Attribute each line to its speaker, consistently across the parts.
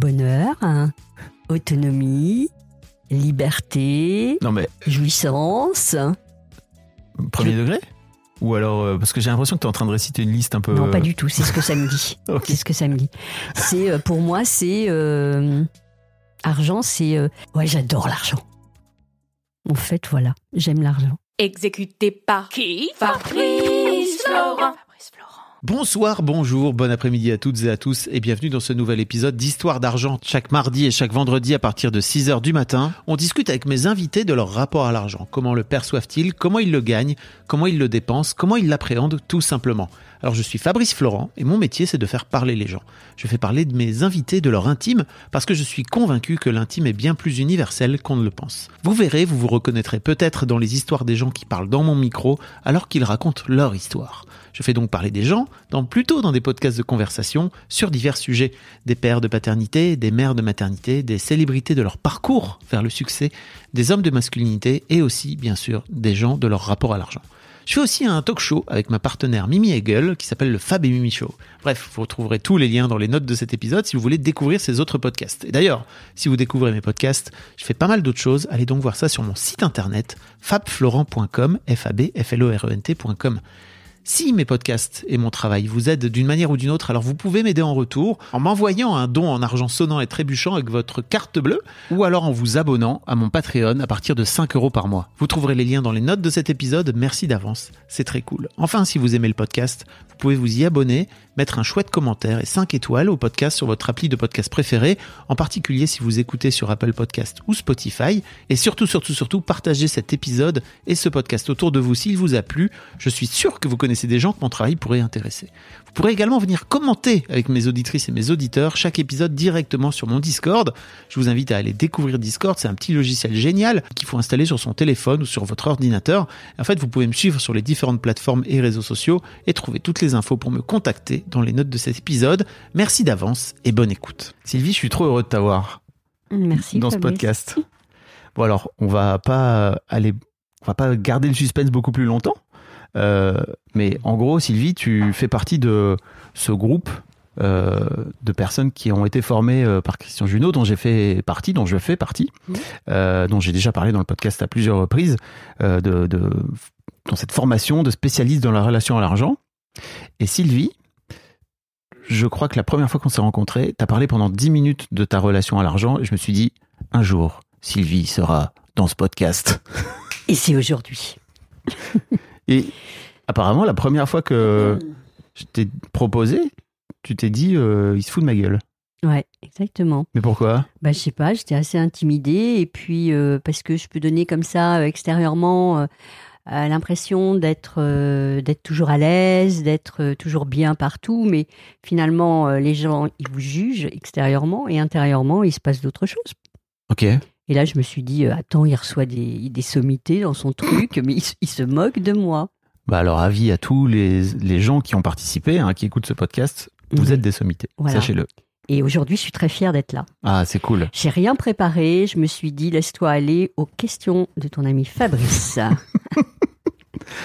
Speaker 1: Bonheur, hein, autonomie, liberté,
Speaker 2: Non, mais
Speaker 1: jouissance.
Speaker 2: Euh. premier degré Ou alors. euh, parce que j'ai l'impression que tu es en train de réciter une liste un peu.
Speaker 1: Non, pas du tout. C'est ce que ça me dit.
Speaker 2: Ok.
Speaker 1: C'est ce que ça me dit. C'est euh, pour moi, c'est euh, argent. C'est euh, ouais, j'adore l'argent. En fait, voilà, j'aime l'argent.
Speaker 3: Exécuté par qui Fabrice Florent.
Speaker 4: Bonsoir, bonjour, bon après-midi à toutes et à tous et bienvenue dans ce nouvel épisode d'Histoire d'argent. Chaque mardi et chaque vendredi à partir de 6h du matin, on discute avec mes invités de leur rapport à l'argent. Comment le perçoivent-ils Comment ils le gagnent Comment ils le dépensent Comment ils l'appréhendent tout simplement Alors je suis Fabrice Florent et mon métier c'est de faire parler les gens. Je fais parler de mes invités de leur intime parce que je suis convaincu que l'intime est bien plus universel qu'on ne le pense. Vous verrez, vous vous reconnaîtrez peut-être dans les histoires des gens qui parlent dans mon micro alors qu'ils racontent leur histoire. Je fais donc parler des gens, dans, plutôt dans des podcasts de conversation, sur divers sujets. Des pères de paternité, des mères de maternité, des célébrités de leur parcours vers le succès, des hommes de masculinité et aussi, bien sûr, des gens de leur rapport à l'argent. Je fais aussi un talk show avec ma partenaire Mimi Hegel qui s'appelle le Fab et Mimi Show. Bref, vous retrouverez tous les liens dans les notes de cet épisode si vous voulez découvrir ces autres podcasts. Et d'ailleurs, si vous découvrez mes podcasts, je fais pas mal d'autres choses. Allez donc voir ça sur mon site internet fabflorent.com, f a b f l o r e n t.com. Si mes podcasts et mon travail vous aident d'une manière ou d'une autre, alors vous pouvez m'aider en retour en m'envoyant un don en argent sonnant et trébuchant avec votre carte bleue ou alors en vous abonnant à mon Patreon à partir de 5 euros par mois. Vous trouverez les liens dans les notes de cet épisode. Merci d'avance, c'est très cool. Enfin, si vous aimez le podcast, vous pouvez vous y abonner, mettre un chouette commentaire et 5 étoiles au podcast sur votre appli de podcast préféré, en particulier si vous écoutez sur Apple Podcast ou Spotify. Et surtout, surtout, surtout, partagez cet épisode et ce podcast autour de vous s'il vous a plu. Je suis sûr que vous connaissez des gens que mon travail pourrait intéresser. Vous pourrez également venir commenter avec mes auditrices et mes auditeurs chaque épisode directement sur mon Discord. Je vous invite à aller découvrir Discord, c'est un petit logiciel génial qu'il faut installer sur son téléphone ou sur votre ordinateur. En fait, vous pouvez me suivre sur les différentes plateformes et réseaux sociaux et trouver toutes les infos pour me contacter dans les notes de cet épisode. Merci d'avance et bonne écoute.
Speaker 2: Sylvie, je suis trop heureux de t'avoir
Speaker 1: Merci.
Speaker 2: dans ce
Speaker 1: Fabrice.
Speaker 2: podcast. Bon, alors, on va pas aller. On va pas garder le suspense beaucoup plus longtemps. Euh, mais en gros, Sylvie, tu fais partie de ce groupe euh, de personnes qui ont été formées euh, par Christian Junot, dont j'ai fait partie, dont je fais partie,
Speaker 1: Mhm.
Speaker 2: euh, dont j'ai déjà parlé dans le podcast à plusieurs reprises, euh, de, de- dans cette formation de spécialiste dans la relation à l'argent. Et Sylvie, je crois que la première fois qu'on s'est rencontrés, tu as parlé pendant 10 minutes de ta relation à l'argent et je me suis dit, un jour, Sylvie sera dans ce podcast.
Speaker 1: Et c'est aujourd'hui.
Speaker 2: Et apparemment, la première fois que je t'ai proposé, tu t'es dit, euh, il se fout de ma gueule.
Speaker 1: Ouais, exactement.
Speaker 2: Mais pourquoi
Speaker 1: Bah, je sais pas, j'étais assez intimidée. Et puis, euh, parce que je peux donner comme ça, euh, extérieurement, euh, euh, l'impression d'être euh, d'être toujours à l'aise, d'être euh, toujours bien partout. Mais finalement, euh, les gens, ils vous jugent extérieurement et intérieurement, il se passe d'autres choses.
Speaker 2: Ok.
Speaker 1: Et là, je me suis dit, euh, attends, il reçoit des, des sommités dans son truc, mais il, se- il se moque de moi.
Speaker 2: Bah alors, avis à tous les, les gens qui ont participé, hein, qui écoutent ce podcast, vous
Speaker 1: Mhm.
Speaker 2: êtes des sommités.
Speaker 1: Voilà.
Speaker 2: Sachez-le.
Speaker 1: Et aujourd'hui, je suis très fière d'être là.
Speaker 2: Ah, c'est cool.
Speaker 1: J'ai rien préparé, je me suis dit, laisse-toi aller aux questions de ton ami Fabrice.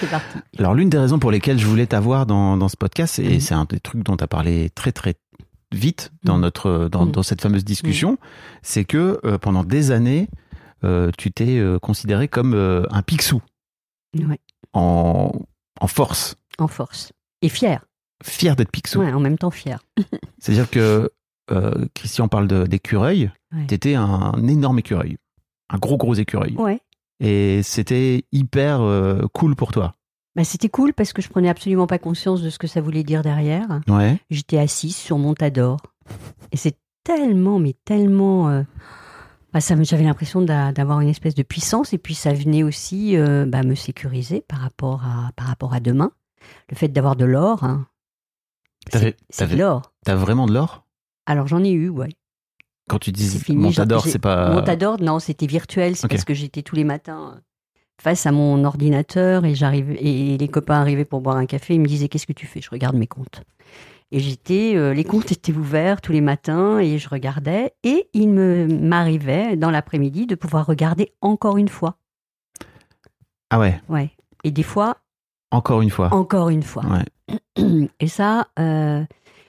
Speaker 1: C'est parti.
Speaker 2: Alors, l'une des raisons pour lesquelles je voulais t'avoir dans, dans ce podcast, et
Speaker 1: Mhm.
Speaker 2: c'est un des trucs dont tu as parlé très, très vite dans,
Speaker 1: Mhm.
Speaker 2: notre, dans,
Speaker 1: Mhm.
Speaker 2: dans cette fameuse discussion, c'est que euh, pendant des années, euh, tu t'es euh, considéré comme euh, un pixou
Speaker 1: Ouais,
Speaker 2: en, en force,
Speaker 1: en force. Et fier.
Speaker 2: fier d'être pixou.
Speaker 1: Ouais, en même temps fier.
Speaker 2: C'est-à-dire que euh, Christian parle de- d'écureuil.
Speaker 1: Ouais.
Speaker 2: T'étais un énorme écureuil. Un gros, gros écureuil.
Speaker 1: Ouais.
Speaker 2: Et c'était hyper euh, cool pour toi.
Speaker 1: Bah, c'était cool parce que je prenais absolument pas conscience de ce que ça voulait dire derrière.
Speaker 2: Ouais.
Speaker 1: J'étais assise sur mon tador. Et c'est tellement, mais tellement. euh, bah, ça me- J'avais l'impression d'a- d'avoir une espèce de puissance. Et puis ça venait aussi euh, bah, me sécuriser par rapport, à, par rapport à demain. Le fait d'avoir de l'or, hein,
Speaker 4: T'avais-
Speaker 1: C'est c'est
Speaker 4: t'avais-
Speaker 1: de l'or.
Speaker 4: T'as vraiment de l'or
Speaker 1: Alors j'en ai eu, ouais.
Speaker 4: Quand tu dis
Speaker 1: C'est fini,
Speaker 4: Montador,
Speaker 1: j'ai-
Speaker 4: c'est pas.
Speaker 1: Montador, non, c'était virtuel. C'est
Speaker 4: Ok.
Speaker 1: parce que j'étais tous les matins euh, face à mon ordinateur et, j'arrivais- et les copains arrivaient pour boire un café. Ils me disaient Qu'est-ce que tu fais Je regarde mes comptes. Et j'étais, euh, les comptes étaient ouverts tous les matins et je regardais. Et il me m'arrivait dans l'après-midi de pouvoir regarder encore une fois.
Speaker 4: Ah ouais,
Speaker 1: Ouais. Et des fois,
Speaker 4: encore une fois.
Speaker 1: encore une fois.
Speaker 4: Ouais.
Speaker 1: Et ça, euh,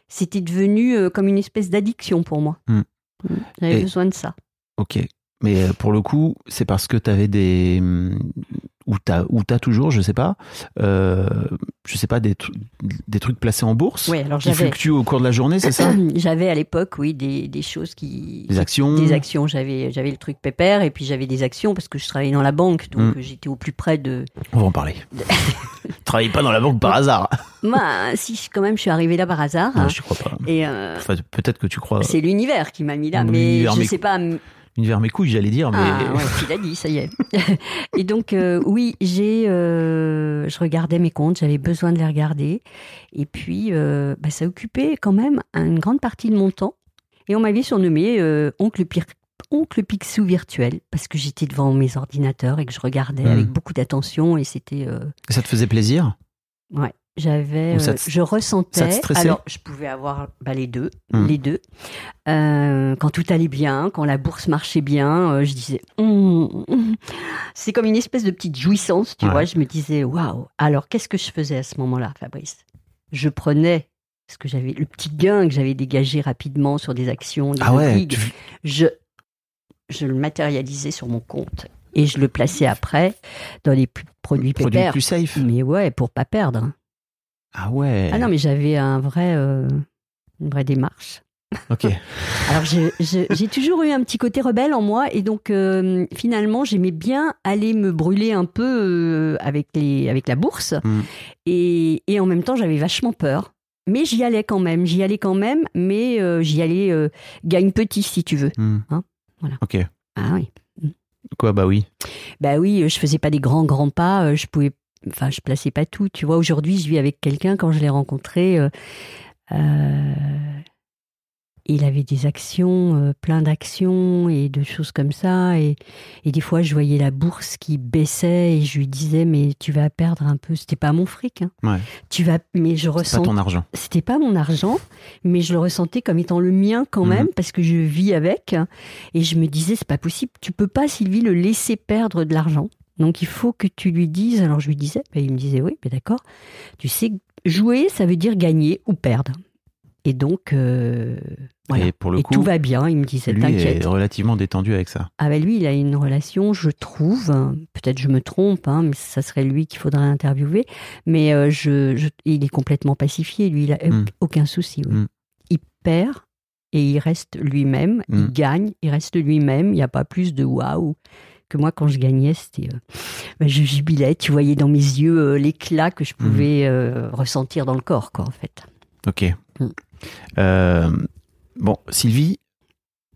Speaker 1: c'était devenu euh, comme une espèce d'addiction pour moi.
Speaker 4: Hmm.
Speaker 1: Mm. J'avais
Speaker 4: Et-
Speaker 1: besoin de ça.
Speaker 4: Ok. Mais euh, pour le coup, c'est parce que tu avais des. hum, Ou t'as, ou t'as toujours, je sais pas, euh, je sais pas, des, tru- des trucs placés en bourse
Speaker 1: Ouais, alors
Speaker 4: qui
Speaker 1: j'avais.
Speaker 4: fluctuent au cours de la journée, c'est ça
Speaker 1: J'avais à l'époque, oui, des, des choses qui.
Speaker 4: Des actions
Speaker 1: Des actions. J'avais, j'avais le truc pépère et puis j'avais des actions parce que je travaillais dans la banque,
Speaker 4: Mm.
Speaker 1: donc j'étais au plus près de.
Speaker 4: On va en parler. Travaille pas dans la banque par hasard.
Speaker 1: Moi, bah, si je- quand même, je suis arrivée là par hasard.
Speaker 4: Non,
Speaker 1: hein.
Speaker 4: je crois pas.
Speaker 1: et euh,
Speaker 4: Enfin, peut-être que tu crois.
Speaker 1: c'est l'univers qui m'a mis là,
Speaker 4: Mon
Speaker 1: mais
Speaker 4: univers,
Speaker 1: je
Speaker 4: mais-
Speaker 1: sais pas. m-
Speaker 4: L'univers mes couilles, j'allais dire, mais.
Speaker 1: Ah, ouais, tu l'as dit, ça y est. et donc, euh, oui, j'ai, euh, je regardais mes comptes, j'avais besoin de les regarder. Et puis, euh, bah, ça occupait quand même une grande partie de mon temps. Et on m'avait surnommé euh, Oncle, Pir- Oncle Picsou virtuel, parce que j'étais devant mes ordinateurs et que je regardais
Speaker 4: Mhm.
Speaker 1: avec beaucoup d'attention. Et c'était. euh,
Speaker 4: Ça te faisait plaisir
Speaker 1: j'avais,
Speaker 4: Donc ça
Speaker 1: euh,
Speaker 4: te-
Speaker 1: je ressentais.
Speaker 4: ça te stressait
Speaker 1: alors, je pouvais avoir bah, les deux,
Speaker 4: Hmm.
Speaker 1: les deux. Euh, quand tout allait bien, quand la bourse marchait bien, euh, je disais, Hum, hum. c'est comme une espèce de petite jouissance, tu
Speaker 4: Ouais.
Speaker 1: vois. Je me disais, waouh. Alors, qu'est-ce que je faisais à ce moment-là, Fabrice Je prenais ce que j'avais, le petit gain que j'avais dégagé rapidement sur des actions, des boutiques.
Speaker 4: Ah tu-
Speaker 1: je, je le matérialisais sur mon compte et je le plaçais après dans les p- produits
Speaker 4: Produit
Speaker 1: pépères.
Speaker 4: plus safe.
Speaker 1: Mais ouais, pour pas perdre. hein.
Speaker 4: Ah ouais.
Speaker 1: Mm. Ah non, mais j'avais un vrai, euh, une vraie démarche.
Speaker 4: Ok.
Speaker 1: Alors j'ai- j'ai j'ai toujours eu un petit côté rebelle en moi et donc euh, finalement j'aimais bien aller me brûler un peu euh, avec, les, avec la bourse
Speaker 4: Mm.
Speaker 1: et, et en même temps j'avais vachement peur. Mais j'y allais quand même, j'y allais quand même, mais euh, j'y allais euh, gagne petit si tu veux.
Speaker 4: Hmm.
Speaker 1: Hein, voilà.
Speaker 4: Ok.
Speaker 1: Ah oui.
Speaker 4: Quoi, bah oui.
Speaker 1: Bah oui, euh, je faisais pas des grands grands pas, euh, je pouvais enfin je plaçais pas tout, tu vois, aujourd'hui je vis avec quelqu'un quand je l'ai rencontré euh, euh, il avait des actions, euh, plein d'actions et de choses comme ça et, et des fois je voyais la bourse qui baissait et je lui disais mais tu vas perdre un peu, c'était pas mon fric hein.
Speaker 4: Ouais.
Speaker 1: Tu vas mais je
Speaker 4: C'est pas
Speaker 1: ressens
Speaker 4: ton argent.
Speaker 1: c'était pas mon argent, mais je le ressentais comme étant le mien quand
Speaker 4: Mhm.
Speaker 1: même, parce que je vis avec. Et je me disais, c'est pas possible, tu peux pas, Sylvie, le laisser perdre de l'argent. Donc il faut que tu lui dises. Alors je lui disais, ben, il me disait, oui, ben, d'accord. Tu sais, jouer, ça veut dire gagner ou perdre. Et donc, euh, voilà.
Speaker 4: Et pour le
Speaker 1: Et
Speaker 4: coup,
Speaker 1: tout va bien, il me disait,
Speaker 4: lui
Speaker 1: t'inquiète.
Speaker 4: est relativement détendu avec ça.
Speaker 1: Ah ben lui, il a une relation, je trouve, hein, peut-être je me trompe, hein, mais ça serait lui qu'il faudrait interviewer, mais euh, je, je- il est complètement pacifié, lui, il a
Speaker 4: Mm.
Speaker 1: aucun souci. oui.
Speaker 4: Mm.
Speaker 1: Il perd et il reste lui-même,
Speaker 4: Mm.
Speaker 1: il gagne, il reste lui-même, il n'y a pas plus de waouh que moi quand je gagnais, c'était... euh, ben, je jubilais, tu voyais dans mes yeux euh, l'éclat que je
Speaker 4: Mm.
Speaker 1: pouvais euh, ressentir dans le corps, quoi, en fait.
Speaker 4: Ok.
Speaker 1: Mm.
Speaker 4: Euh, bon, Sylvie,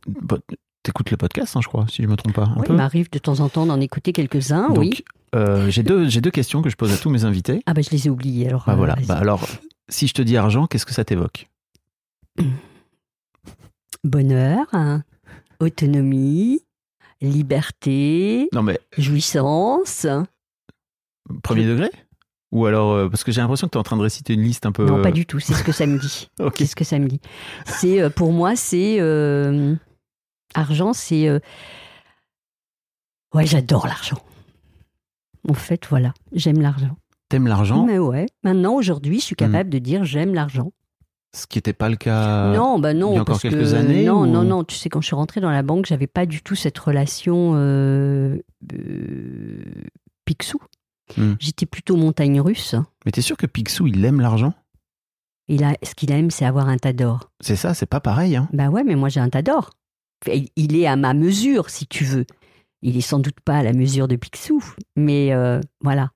Speaker 4: bo- t'écoutes le podcast, hein, je crois, si je me trompe pas. Un
Speaker 1: Oui,
Speaker 4: peu.
Speaker 1: il m'arrive de temps en temps d'en écouter quelques-uns,
Speaker 4: Donc,
Speaker 1: oui.
Speaker 4: euh, j'ai deux, j'ai deux questions que je pose à tous mes invités.
Speaker 1: Ah ben je les ai oubliés, alors...
Speaker 4: Bah
Speaker 1: euh,
Speaker 4: voilà.
Speaker 1: vas-y.
Speaker 4: Bah alors, si je te dis argent, qu'est-ce que ça t'évoque
Speaker 1: bonheur, hein, autonomie, liberté,
Speaker 4: Non mais
Speaker 1: jouissance.
Speaker 4: premier degré Ou alors euh, parce que j'ai l'impression que t'es en train de réciter une liste un peu.
Speaker 1: Non, pas du tout. C'est ce que ça me dit.
Speaker 4: Euh. Ok.
Speaker 1: C'est ce que ça me dit. C'est euh, pour moi, c'est euh, argent. C'est euh, ouais, j'adore l'argent. En fait, voilà, j'aime l'argent.
Speaker 4: T'aimes l'argent,
Speaker 1: Mais ouais, maintenant aujourd'hui, je suis capable de dire j'aime l'argent.
Speaker 4: ce qui n'était pas le cas.
Speaker 1: non, bah non,
Speaker 4: il y a encore
Speaker 1: parce que-
Speaker 4: quelques années,
Speaker 1: Non,
Speaker 4: ou-
Speaker 1: non, non. Tu sais, quand je suis rentrée dans la banque, j'avais pas du tout cette relation euh, euh, Picsou.
Speaker 4: Hmm.
Speaker 1: J'étais plutôt montagne russe.
Speaker 4: Mais t'es sûr que Picsou, il aime l'argent
Speaker 1: Et là, ce qu'il aime, c'est avoir un tas d'or.
Speaker 4: C'est ça, c'est pas pareil. Hein.
Speaker 1: Bah ouais, mais moi j'ai un tas d'or. Et Il est à ma mesure, si tu veux. Il est sans doute pas à la mesure de Picsou, mais euh, voilà.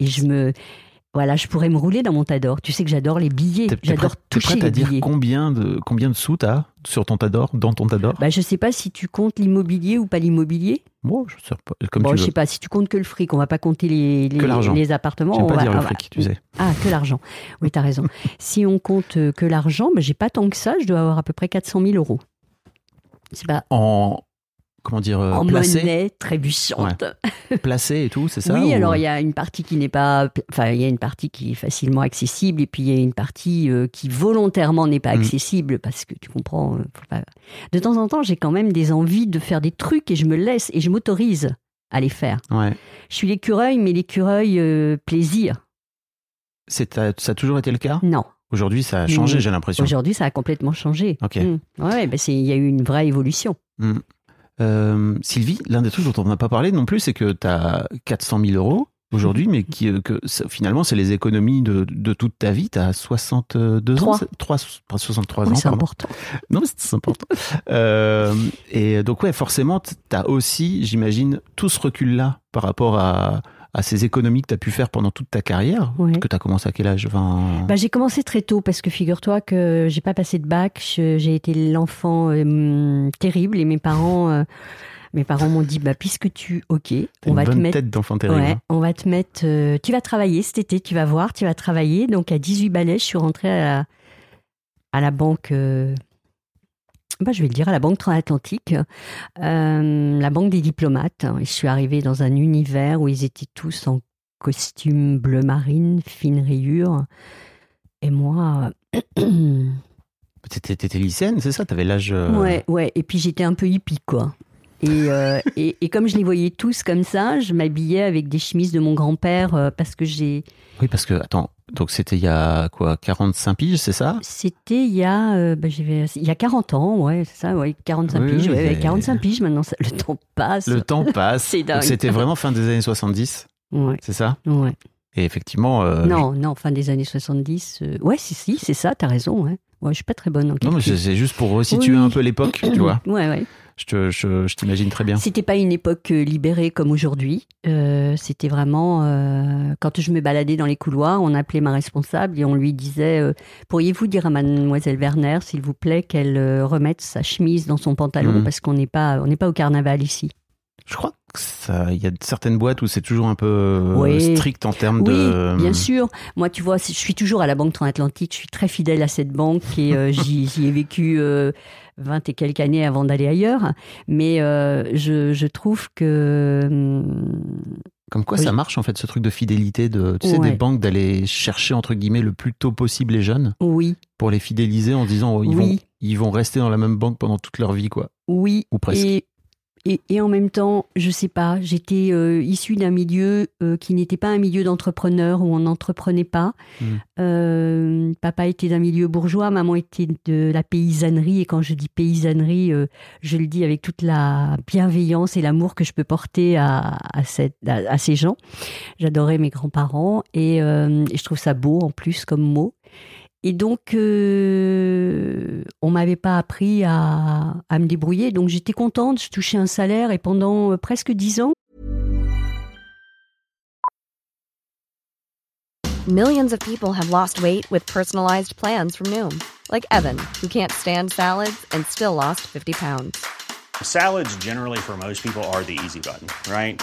Speaker 1: Et je me Voilà, je pourrais me rouler dans mon tas d'or. Tu sais que j'adore les billets.
Speaker 4: T'es- t'es
Speaker 1: J'adore
Speaker 4: prête- t'es
Speaker 1: toucher
Speaker 4: prête à
Speaker 1: les
Speaker 4: dire
Speaker 1: billets.
Speaker 4: combien de, combien de sous t'as sur ton tador, dans ton tador
Speaker 1: Bah, je sais pas si tu comptes l'immobilier ou pas l'immobilier.
Speaker 4: Moi, je sais pas. Comme
Speaker 1: bon,
Speaker 4: tu
Speaker 1: je
Speaker 4: veux.
Speaker 1: sais pas si tu comptes que le fric. On va pas compter les, les,
Speaker 4: Que l'argent.
Speaker 1: les appartements.
Speaker 4: J'aime
Speaker 1: on
Speaker 4: pas
Speaker 1: va-
Speaker 4: dire le
Speaker 1: ah,
Speaker 4: fric, tu
Speaker 1: oui.
Speaker 4: sais.
Speaker 1: Ah, que l'argent. Oui, t'as raison. si on compte euh, que l'argent, bah, j'ai pas tant que ça. Je dois avoir à peu près 400 000 euros. C'est pas
Speaker 4: En. Comment dire euh,
Speaker 1: en
Speaker 4: Placé,
Speaker 1: monnaie trébuchante.
Speaker 4: placé et tout, c'est ça
Speaker 1: oui,
Speaker 4: ou- euh
Speaker 1: alors il y a une partie qui n'est pas, enfin il y a une partie qui est facilement accessible et puis il y a une partie euh, qui volontairement n'est pas
Speaker 4: Mm.
Speaker 1: accessible parce que tu comprends. euh, faut pas- De temps en temps, j'ai quand même des envies de faire des trucs et je me laisse et je m'autorise à les faire.
Speaker 4: Ouais.
Speaker 1: Je suis l'écureuil, mais l'écureuil euh, plaisir.
Speaker 4: C'est ta- ça a toujours été le cas
Speaker 1: Non,
Speaker 4: Aujourd'hui, ça a changé,
Speaker 1: Mm.
Speaker 4: j'ai l'impression.
Speaker 1: aujourd'hui ça a complètement changé.
Speaker 4: Ok.
Speaker 1: Mm. Ouais, ben, c'est- il y a eu une vraie évolution.
Speaker 4: Euh, Sylvie, l'un des trucs dont on n'a pas parlé non plus, c'est que tu as 400 000 euros aujourd'hui, mais qui, euh, que ça- finalement, c'est les économies de, de toute ta vie. Tu as 62 ans
Speaker 1: Trois.
Speaker 4: c'est- trois- pas hein. 63
Speaker 1: Oui,
Speaker 4: ans,
Speaker 1: c'est
Speaker 4: pardon.
Speaker 1: important.
Speaker 4: Non, mais c'est important. Euh, et donc, ouais, forcément, tu as aussi, j'imagine, tout ce recul-là par rapport à, à ces économies que tu as pu faire pendant toute ta carrière,
Speaker 1: Ouais.
Speaker 4: que tu as commencé à quel âge 20...
Speaker 1: Bah, j'ai commencé très tôt parce que figure-toi que j'ai pas passé de bac, je- j'ai été l'enfant euh, hum, terrible et mes parents, euh, mes parents m'ont dit bah puisque tu, ok,
Speaker 4: T'as
Speaker 1: on
Speaker 4: une
Speaker 1: va te
Speaker 4: bonne
Speaker 1: mettre,
Speaker 4: tête d'enfant terrible.
Speaker 1: ouais,
Speaker 4: hein.
Speaker 1: on va te mettre, euh, tu vas travailler cet été, tu vas voir, tu vas travailler. Donc à 18 balais, je suis rentrée à la, à la banque. euh, bah, je vais le dire, à la Banque Transatlantique, euh, la Banque des diplomates. Et je suis arrivée dans un univers où ils étaient tous en costume bleu marine, fine rayure. Et moi. euh,
Speaker 4: T'étais t'étais lycéenne, c'est ça T'avais l'âge. euh,
Speaker 1: Ouais, ouais. Et puis j'étais un peu hippie, quoi. Et, euh, et, et comme je les voyais tous comme ça, je m'habillais avec des chemises de mon grand-père euh, parce que j'ai.
Speaker 4: Oui, parce que, attends, donc c'était il y a quoi 45 piges, c'est ça
Speaker 1: C'était il y a, euh, bah, j'y vais- il y a 40 ans, ouais, c'est ça, ouais, 45
Speaker 4: Oui,
Speaker 1: piges,
Speaker 4: oui,
Speaker 1: ouais, ouais,
Speaker 4: mais-
Speaker 1: 45 piges. Maintenant, ça- le temps passe.
Speaker 4: Le temps passe.
Speaker 1: C'est dingue.
Speaker 4: Donc, C'était vraiment fin des années 70,
Speaker 1: Ouais,
Speaker 4: c'est ça
Speaker 1: ouais.
Speaker 4: Et effectivement. euh,
Speaker 1: non, non, fin des années 70. euh, Ouais, si, si, c'est ça. T'as raison. Ouais. ouais, je suis pas très bonne en
Speaker 4: je- Non, mais
Speaker 1: calcul.
Speaker 4: c'est c'est juste pour resituer
Speaker 1: Oui.
Speaker 4: un peu l'époque, tu vois.
Speaker 1: Ouais, ouais.
Speaker 4: Je te- je- je t'imagine très bien.
Speaker 1: C'était pas une époque euh, libérée comme aujourd'hui. Euh, C'était vraiment euh, quand je me baladais dans les couloirs, on appelait ma responsable et on lui disait euh, pourriez-vous dire à Mademoiselle Werner, s'il vous plaît, qu'elle euh, remette sa chemise dans son pantalon
Speaker 4: Mhm.
Speaker 1: parce qu'on n'est pas on n'est pas au carnaval ici.
Speaker 4: Je crois que ça- il y a certaines boîtes où c'est toujours un peu euh,
Speaker 1: Oui.
Speaker 4: strict en termes
Speaker 1: Oui,
Speaker 4: de.
Speaker 1: bien sûr. Moi, tu vois, c'est- je suis toujours à la Banque Transatlantique. Je suis très fidèle à cette banque et euh, j'y j'y ai vécu euh, 20 et quelques années avant d'aller ailleurs. Mais euh, je, je trouve que hum,
Speaker 4: Comme quoi
Speaker 1: Oui.
Speaker 4: ça marche en fait ce truc de fidélité de tu sais
Speaker 1: Ouais.
Speaker 4: des banques d'aller chercher entre guillemets le plus tôt possible les jeunes
Speaker 1: oui,
Speaker 4: pour les fidéliser en se disant oh, ils vont
Speaker 1: Oui.
Speaker 4: ils vont rester dans la même banque pendant toute leur vie quoi
Speaker 1: oui,
Speaker 4: ou presque.
Speaker 1: Et, et, et en même temps, je sais pas, j'étais euh, issue d'un milieu euh, qui n'était pas un milieu d'entrepreneur où on n'entreprenait pas.
Speaker 4: Mm.
Speaker 1: Euh, papa était d'un milieu bourgeois, maman était de la paysannerie. Et quand je dis paysannerie, euh, je le dis avec toute la bienveillance et l'amour que je peux porter à, à, cette, à, à ces gens. J'adorais mes grands-parents et, euh, et je trouve ça beau en plus comme mot. Et donc, euh, on m'avait pas appris à, à me débrouiller. Donc, j'étais contente, je touchais un salaire et pendant euh, presque dix ans,
Speaker 5: Millions of people have lost weight with personalized plans from Noom, like Evan, who can't stand salads and still lost 50 pounds.
Speaker 6: Salads, generally, for most people, are the easy button, right?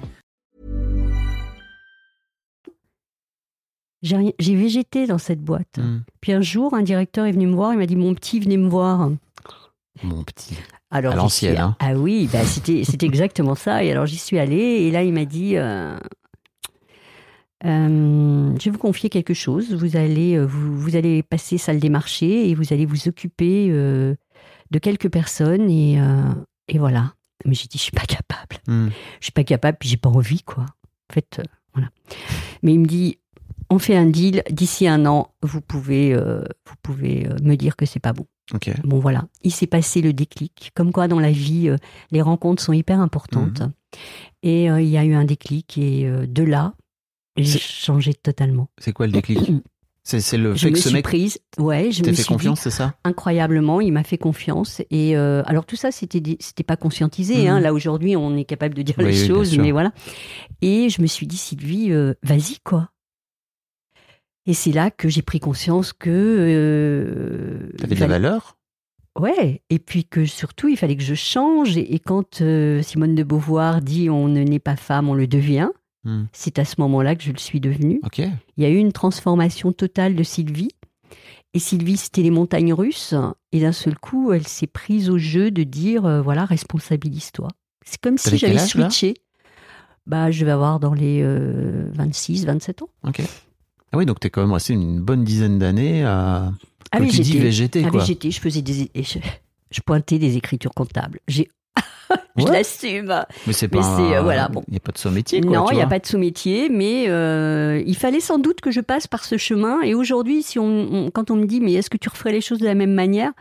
Speaker 1: j'ai rien- j'ai végété dans cette boîte.
Speaker 4: Mm.
Speaker 1: Puis un jour, un directeur est venu me voir, il m'a dit Mon petit, venez me voir.
Speaker 4: Mon petit.
Speaker 1: Alors,
Speaker 4: À
Speaker 1: j'y
Speaker 4: l'ancienne,
Speaker 1: suis-
Speaker 4: hein.
Speaker 1: Ah oui, bah, c'était, c'était exactement ça. Et alors j'y suis allée et là il m'a dit euh, Euh, Je vais vous confier quelque chose. Vous allez, euh, vous, vous allez passer salle des marchés et vous allez vous occuper euh, de quelques personnes. Et, euh, et voilà. Mais j'ai dit Je suis pas capable.
Speaker 4: Hmm.
Speaker 1: Je suis pas capable puis j'ai pas envie, quoi. En fait, euh, voilà. Mais il me dit On fait un deal. D'ici un an, vous pouvez, euh, vous pouvez euh, me dire que c'est pas bon.
Speaker 4: Ok.
Speaker 1: Bon voilà, il s'est passé le déclic. Comme quoi dans la vie, euh, les rencontres sont hyper importantes.
Speaker 4: Mhm.
Speaker 1: Et euh, il y a eu un déclic et euh, de là, j'ai
Speaker 4: C'est-
Speaker 1: changé totalement.
Speaker 4: C'est quoi le déclic C'est c'est le
Speaker 1: Je
Speaker 4: fait
Speaker 1: me
Speaker 4: que ce
Speaker 1: suis
Speaker 4: mec
Speaker 1: prise, ouais, je me
Speaker 4: t'a
Speaker 1: suis
Speaker 4: fait
Speaker 1: dit,
Speaker 4: confiance, c'est ça
Speaker 1: incroyablement, il m'a fait confiance. Et euh, alors tout ça, c'était des- c'était pas conscientisé. hein.
Speaker 4: Mhm.
Speaker 1: Là aujourd'hui, on est capable de dire
Speaker 4: Oui,
Speaker 1: les
Speaker 4: oui, bien
Speaker 1: choses,
Speaker 4: sûr.
Speaker 1: mais voilà. Et je me suis dit, Sylvie, euh, vas-y quoi. Et c'est là que j'ai pris conscience que euh,
Speaker 4: T'avais
Speaker 1: il
Speaker 4: de
Speaker 1: fallait-
Speaker 4: la valeur
Speaker 1: Ouais, et puis que surtout, il fallait que je change. Et, et quand euh, Simone de Beauvoir dit on ne n'est pas femme, on le devient,
Speaker 4: Hmm.
Speaker 1: c'est à ce moment-là que je le suis devenue.
Speaker 4: Ok. Ah
Speaker 1: Il y a eu une transformation totale de Sylvie. Et Sylvie, c'était les montagnes russes. Et d'un seul coup, elle s'est prise au jeu de dire euh, voilà, responsabilise-toi. C'est comme si
Speaker 4: T'avais quel
Speaker 1: j'avais
Speaker 4: âge, là
Speaker 1: switché. Bah, je vais avoir dans les euh, 26, 27 ans.
Speaker 4: Ok. Ah oui, donc t'es quand même resté une bonne dizaine d'années à.
Speaker 1: Ah
Speaker 4: comme
Speaker 1: oui,
Speaker 4: tu dis
Speaker 1: j'étais-
Speaker 4: végété,
Speaker 1: Ah oui,
Speaker 4: quoi.
Speaker 1: j'étais, je faisais des, et je, je pointais des écritures comptables. J'ai, je
Speaker 4: Ouais.
Speaker 1: l'assume.
Speaker 4: Mais c'est
Speaker 1: Mais
Speaker 4: pas.
Speaker 1: c'est,
Speaker 4: un-
Speaker 1: euh, voilà, bon.
Speaker 4: Il n'y a pas de son métier, quoi.
Speaker 1: Non,
Speaker 4: tu
Speaker 1: il n'y a
Speaker 4: vois.
Speaker 1: pas de sous-métier, mais euh, il fallait sans doute que je passe par ce chemin. Et aujourd'hui, si on, on- quand on me dit, mais est-ce que tu referais les choses de la même manière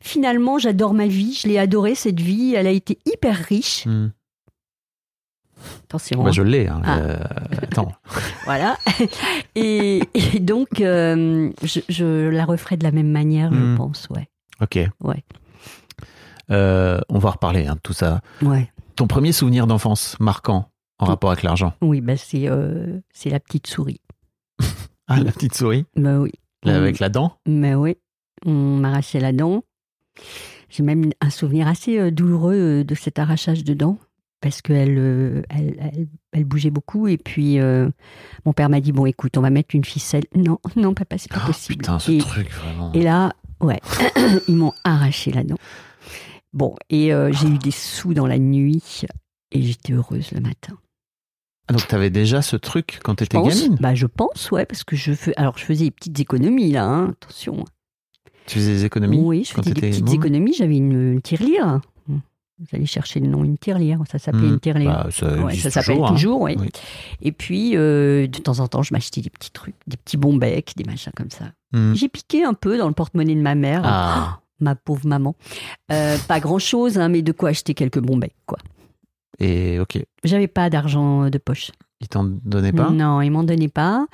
Speaker 1: Finalement, j'adore ma vie, je l'ai adorée cette vie, elle a été hyper riche.
Speaker 4: Hmm.
Speaker 1: Attention,
Speaker 4: Moi,
Speaker 1: hein.
Speaker 4: je l'ai. hein,
Speaker 1: Ah.
Speaker 4: euh, Attends.
Speaker 1: voilà. et, et donc, euh, je, je la referais de la même manière,
Speaker 4: Mm.
Speaker 1: je pense, ouais.
Speaker 4: Ok.
Speaker 1: Ouais.
Speaker 4: Euh, on va reparler hein, de tout ça.
Speaker 1: Ouais.
Speaker 4: Ton premier souvenir d'enfance marquant en rapport avec l'argent
Speaker 1: Oui, bah c'est, euh, c'est la petite souris.
Speaker 4: Ah, la petite souris
Speaker 1: Bah oui.
Speaker 4: là,
Speaker 1: On-
Speaker 4: avec la dent
Speaker 1: Mais oui, on m'arrachait la dent. J'ai même un souvenir assez euh, douloureux euh, de cet arrachage de dent parce qu'elle euh, elle, elle, elle bougeait beaucoup. Et puis, euh, mon père m'a dit, bon, écoute, on va mettre une ficelle. Non, non, papa, c'est pas
Speaker 4: Oh,
Speaker 1: possible.
Speaker 4: Putain, ce
Speaker 1: et,
Speaker 4: truc, vraiment.
Speaker 1: et là, ouais, ils m'ont arraché la dent. Bon, et
Speaker 4: Ah.
Speaker 1: euh, j'ai eu des sous dans la nuit et j'étais heureuse le matin.
Speaker 4: Ah, donc, t'avais déjà ce truc quand t'étais
Speaker 1: Pense-
Speaker 4: gamine
Speaker 1: bah, je pense, ouais, parce que je fais, alors je faisais des petites économies là, hein, attention.
Speaker 4: Tu faisais des économies
Speaker 1: Oui, je
Speaker 4: quand
Speaker 1: faisais des
Speaker 4: t'étais
Speaker 1: petites
Speaker 4: môme
Speaker 1: économies. J'avais une, une tirelire. Vous allez chercher le nom, une tirelire. Ça s'appelait
Speaker 4: Hmm.
Speaker 1: une tirelire.
Speaker 4: Bah, ça,
Speaker 1: Ouais,
Speaker 4: existe
Speaker 1: ça s'appelle
Speaker 4: toujours.
Speaker 1: toujours,
Speaker 4: hein.
Speaker 1: oui.
Speaker 4: Oui.
Speaker 1: Et puis, euh, de temps en temps, je m'achetais des petits trucs, des petits bons becs, des machins comme ça.
Speaker 4: Hmm.
Speaker 1: J'ai piqué un peu dans le porte-monnaie de ma mère,
Speaker 4: Ah,
Speaker 1: ma pauvre maman. Euh, pas grand-chose, hein, mais de quoi acheter quelques bons becs, quoi.
Speaker 4: et ok.
Speaker 1: J'avais pas d'argent de poche.
Speaker 4: Ils t'en donnaient pas
Speaker 1: Non, ils m'en donnaient pas.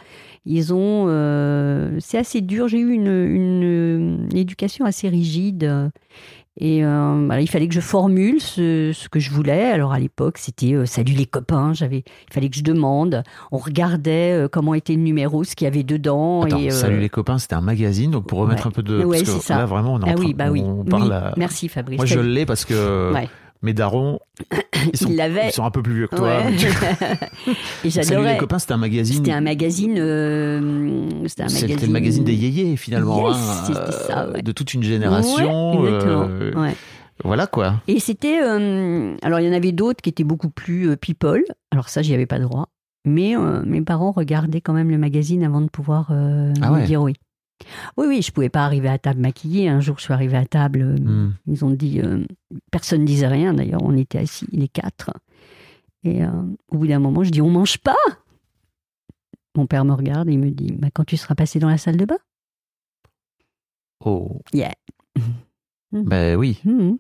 Speaker 1: Ils ont. euh, c'est assez dur. J'ai eu une, une, euh, éducation assez rigide. euh, Et euh, voilà, il fallait que je formule ce, ce que je voulais. Alors à l'époque, c'était euh, salut les copains. J'avais, il fallait que je demande. On regardait euh, comment était le numéro, ce qu'il y avait dedans.
Speaker 4: Attends,
Speaker 1: et, euh,
Speaker 4: Salut les copains, c'était un magazine, donc pour remettre
Speaker 1: ouais.
Speaker 4: un peu de.
Speaker 1: Ouais,
Speaker 4: parce
Speaker 1: c'est
Speaker 4: que
Speaker 1: ça.
Speaker 4: là, vraiment, on, est en
Speaker 1: Ah oui,
Speaker 4: train-
Speaker 1: bah oui.
Speaker 4: on parle
Speaker 1: Oui,
Speaker 4: à-
Speaker 1: Merci Fabrice.
Speaker 4: Moi, je l'ai parce que
Speaker 1: Ouais.
Speaker 4: mes darons, ils sont,
Speaker 1: Ils l'avaient.
Speaker 4: ils sont un peu plus vieux que toi.
Speaker 1: Bah, Ouais.
Speaker 4: mais tu-
Speaker 1: et
Speaker 4: Salut les
Speaker 1: j'adorais.
Speaker 4: copains, c'était un magazine.
Speaker 1: C'était un magazine. euh, c'était un magazine.
Speaker 4: C'était le magazine des yéyés, finalement.
Speaker 1: Yes,
Speaker 4: hein,
Speaker 1: c'était ça, ouais.
Speaker 4: De toute une génération.
Speaker 1: Ouais, exactement.
Speaker 4: euh,
Speaker 1: Ouais.
Speaker 4: Voilà quoi.
Speaker 1: Et c'était. euh, alors, il y en avait d'autres qui étaient beaucoup plus euh, people. Alors, ça, j'y avais pas droit. Mais euh, mes parents regardaient quand même le magazine avant de pouvoir euh,
Speaker 4: Ah
Speaker 1: me
Speaker 4: ouais.
Speaker 1: dire oui. Oui, oui, je pouvais pas arriver à table maquillée. Un jour, je suis arrivée à table. euh,
Speaker 4: Hmm.
Speaker 1: Ils ont dit. euh, personne ne disait rien d'ailleurs. On était assis, les quatre. Et euh, au bout d'un moment, je dis On mange pas Mon père me regarde et il me dit bah, Quand tu seras passé dans la salle de bain
Speaker 4: Oh.
Speaker 1: Yeah.
Speaker 4: Ben oui.
Speaker 1: Mhm.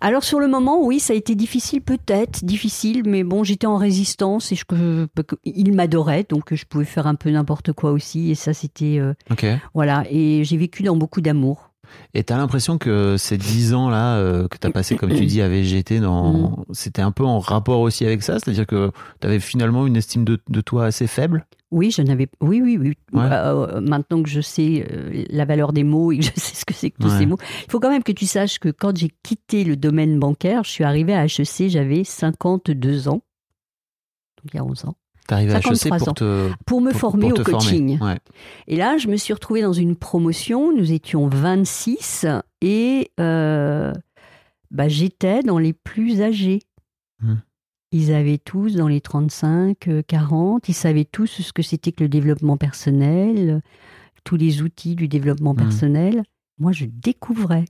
Speaker 1: Alors sur le moment, oui, ça a été difficile, peut-être difficile, mais bon, j'étais en résistance et je, que- que- il m'adorait, donc je pouvais faire un peu n'importe quoi aussi. Et ça, c'était euh,
Speaker 4: Ok.
Speaker 1: voilà. Et j'ai vécu dans beaucoup d'amour.
Speaker 4: Et t'as l'impression que ces 10 ans là euh, que t'as passé, comme tu dis, à VGT, dans...
Speaker 1: Mm.
Speaker 4: c'était un peu en rapport aussi avec ça C'est-à-dire que t'avais finalement une estime de, de toi assez faible
Speaker 1: Oui, je n'avais. Oui, oui, oui.
Speaker 4: Ouais.
Speaker 1: Euh, maintenant que je sais euh, la valeur des mots et que je sais ce que c'est que tous
Speaker 4: Ouais.
Speaker 1: ces mots, il faut quand même que tu saches que quand j'ai quitté le domaine bancaire, je suis arrivée à HEC, j'avais 52 ans, donc il y a 11 ans,
Speaker 4: T'arrivais à HEC
Speaker 1: 53
Speaker 4: pour
Speaker 1: ans.
Speaker 4: te,
Speaker 1: pour me
Speaker 4: pour-
Speaker 1: former
Speaker 4: pour
Speaker 1: au
Speaker 4: te
Speaker 1: coaching.
Speaker 4: Former. Ouais.
Speaker 1: Et là, je me suis retrouvée dans une promotion. Nous étions 26 et euh, bah, j'étais dans les plus âgés.
Speaker 4: Hmm.
Speaker 1: Ils avaient tous dans les 35, euh, 40, ils savaient tous ce que c'était que le développement personnel, euh, tous les outils du développement
Speaker 4: Hmm.
Speaker 1: personnel. Moi, je découvrais.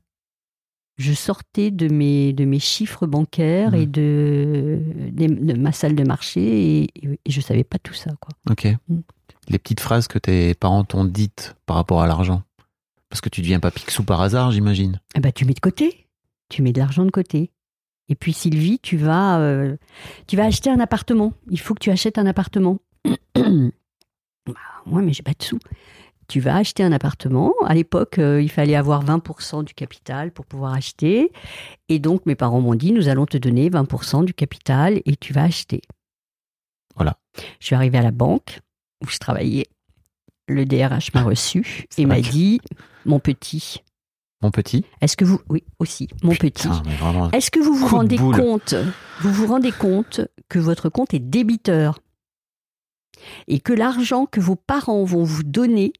Speaker 1: Je sortais de mes, de mes chiffres bancaires et
Speaker 4: Hmm.
Speaker 1: de, des- de ma salle de marché et, et je savais pas tout ça. Quoi.
Speaker 4: Ok.
Speaker 1: Mm.
Speaker 4: Les petites phrases que tes parents t'ont dites par rapport à l'argent. Parce que tu deviens pas Picsou par hasard, j'imagine.
Speaker 1: Eh ben, tu mets de côté. Tu mets de l'argent de côté. Et puis Sylvie, tu vas, euh, tu vas acheter un appartement. Il faut que tu achètes un appartement. bah, ouais, mais j'ai pas de sous. Tu vas acheter un appartement. À l'époque, euh, il fallait avoir 20% du capital pour pouvoir acheter. Et donc, mes parents m'ont dit, nous allons te donner 20% du capital et tu vas acheter.
Speaker 4: Voilà.
Speaker 1: Je suis arrivée à la banque où je travaillais. Le DRH m'a reçu et m'a
Speaker 4: vrai que-
Speaker 1: dit, mon petit,
Speaker 4: Mon petit.
Speaker 1: est-ce que vous... Oui, aussi, mon petit.
Speaker 4: Putain, mais vraiment.
Speaker 1: Est-ce que vous vous
Speaker 4: Coup de
Speaker 1: rendez
Speaker 4: boule.
Speaker 1: compte Vous vous rendez compte que votre compte est débiteur et que l'argent que vos parents vont vous donner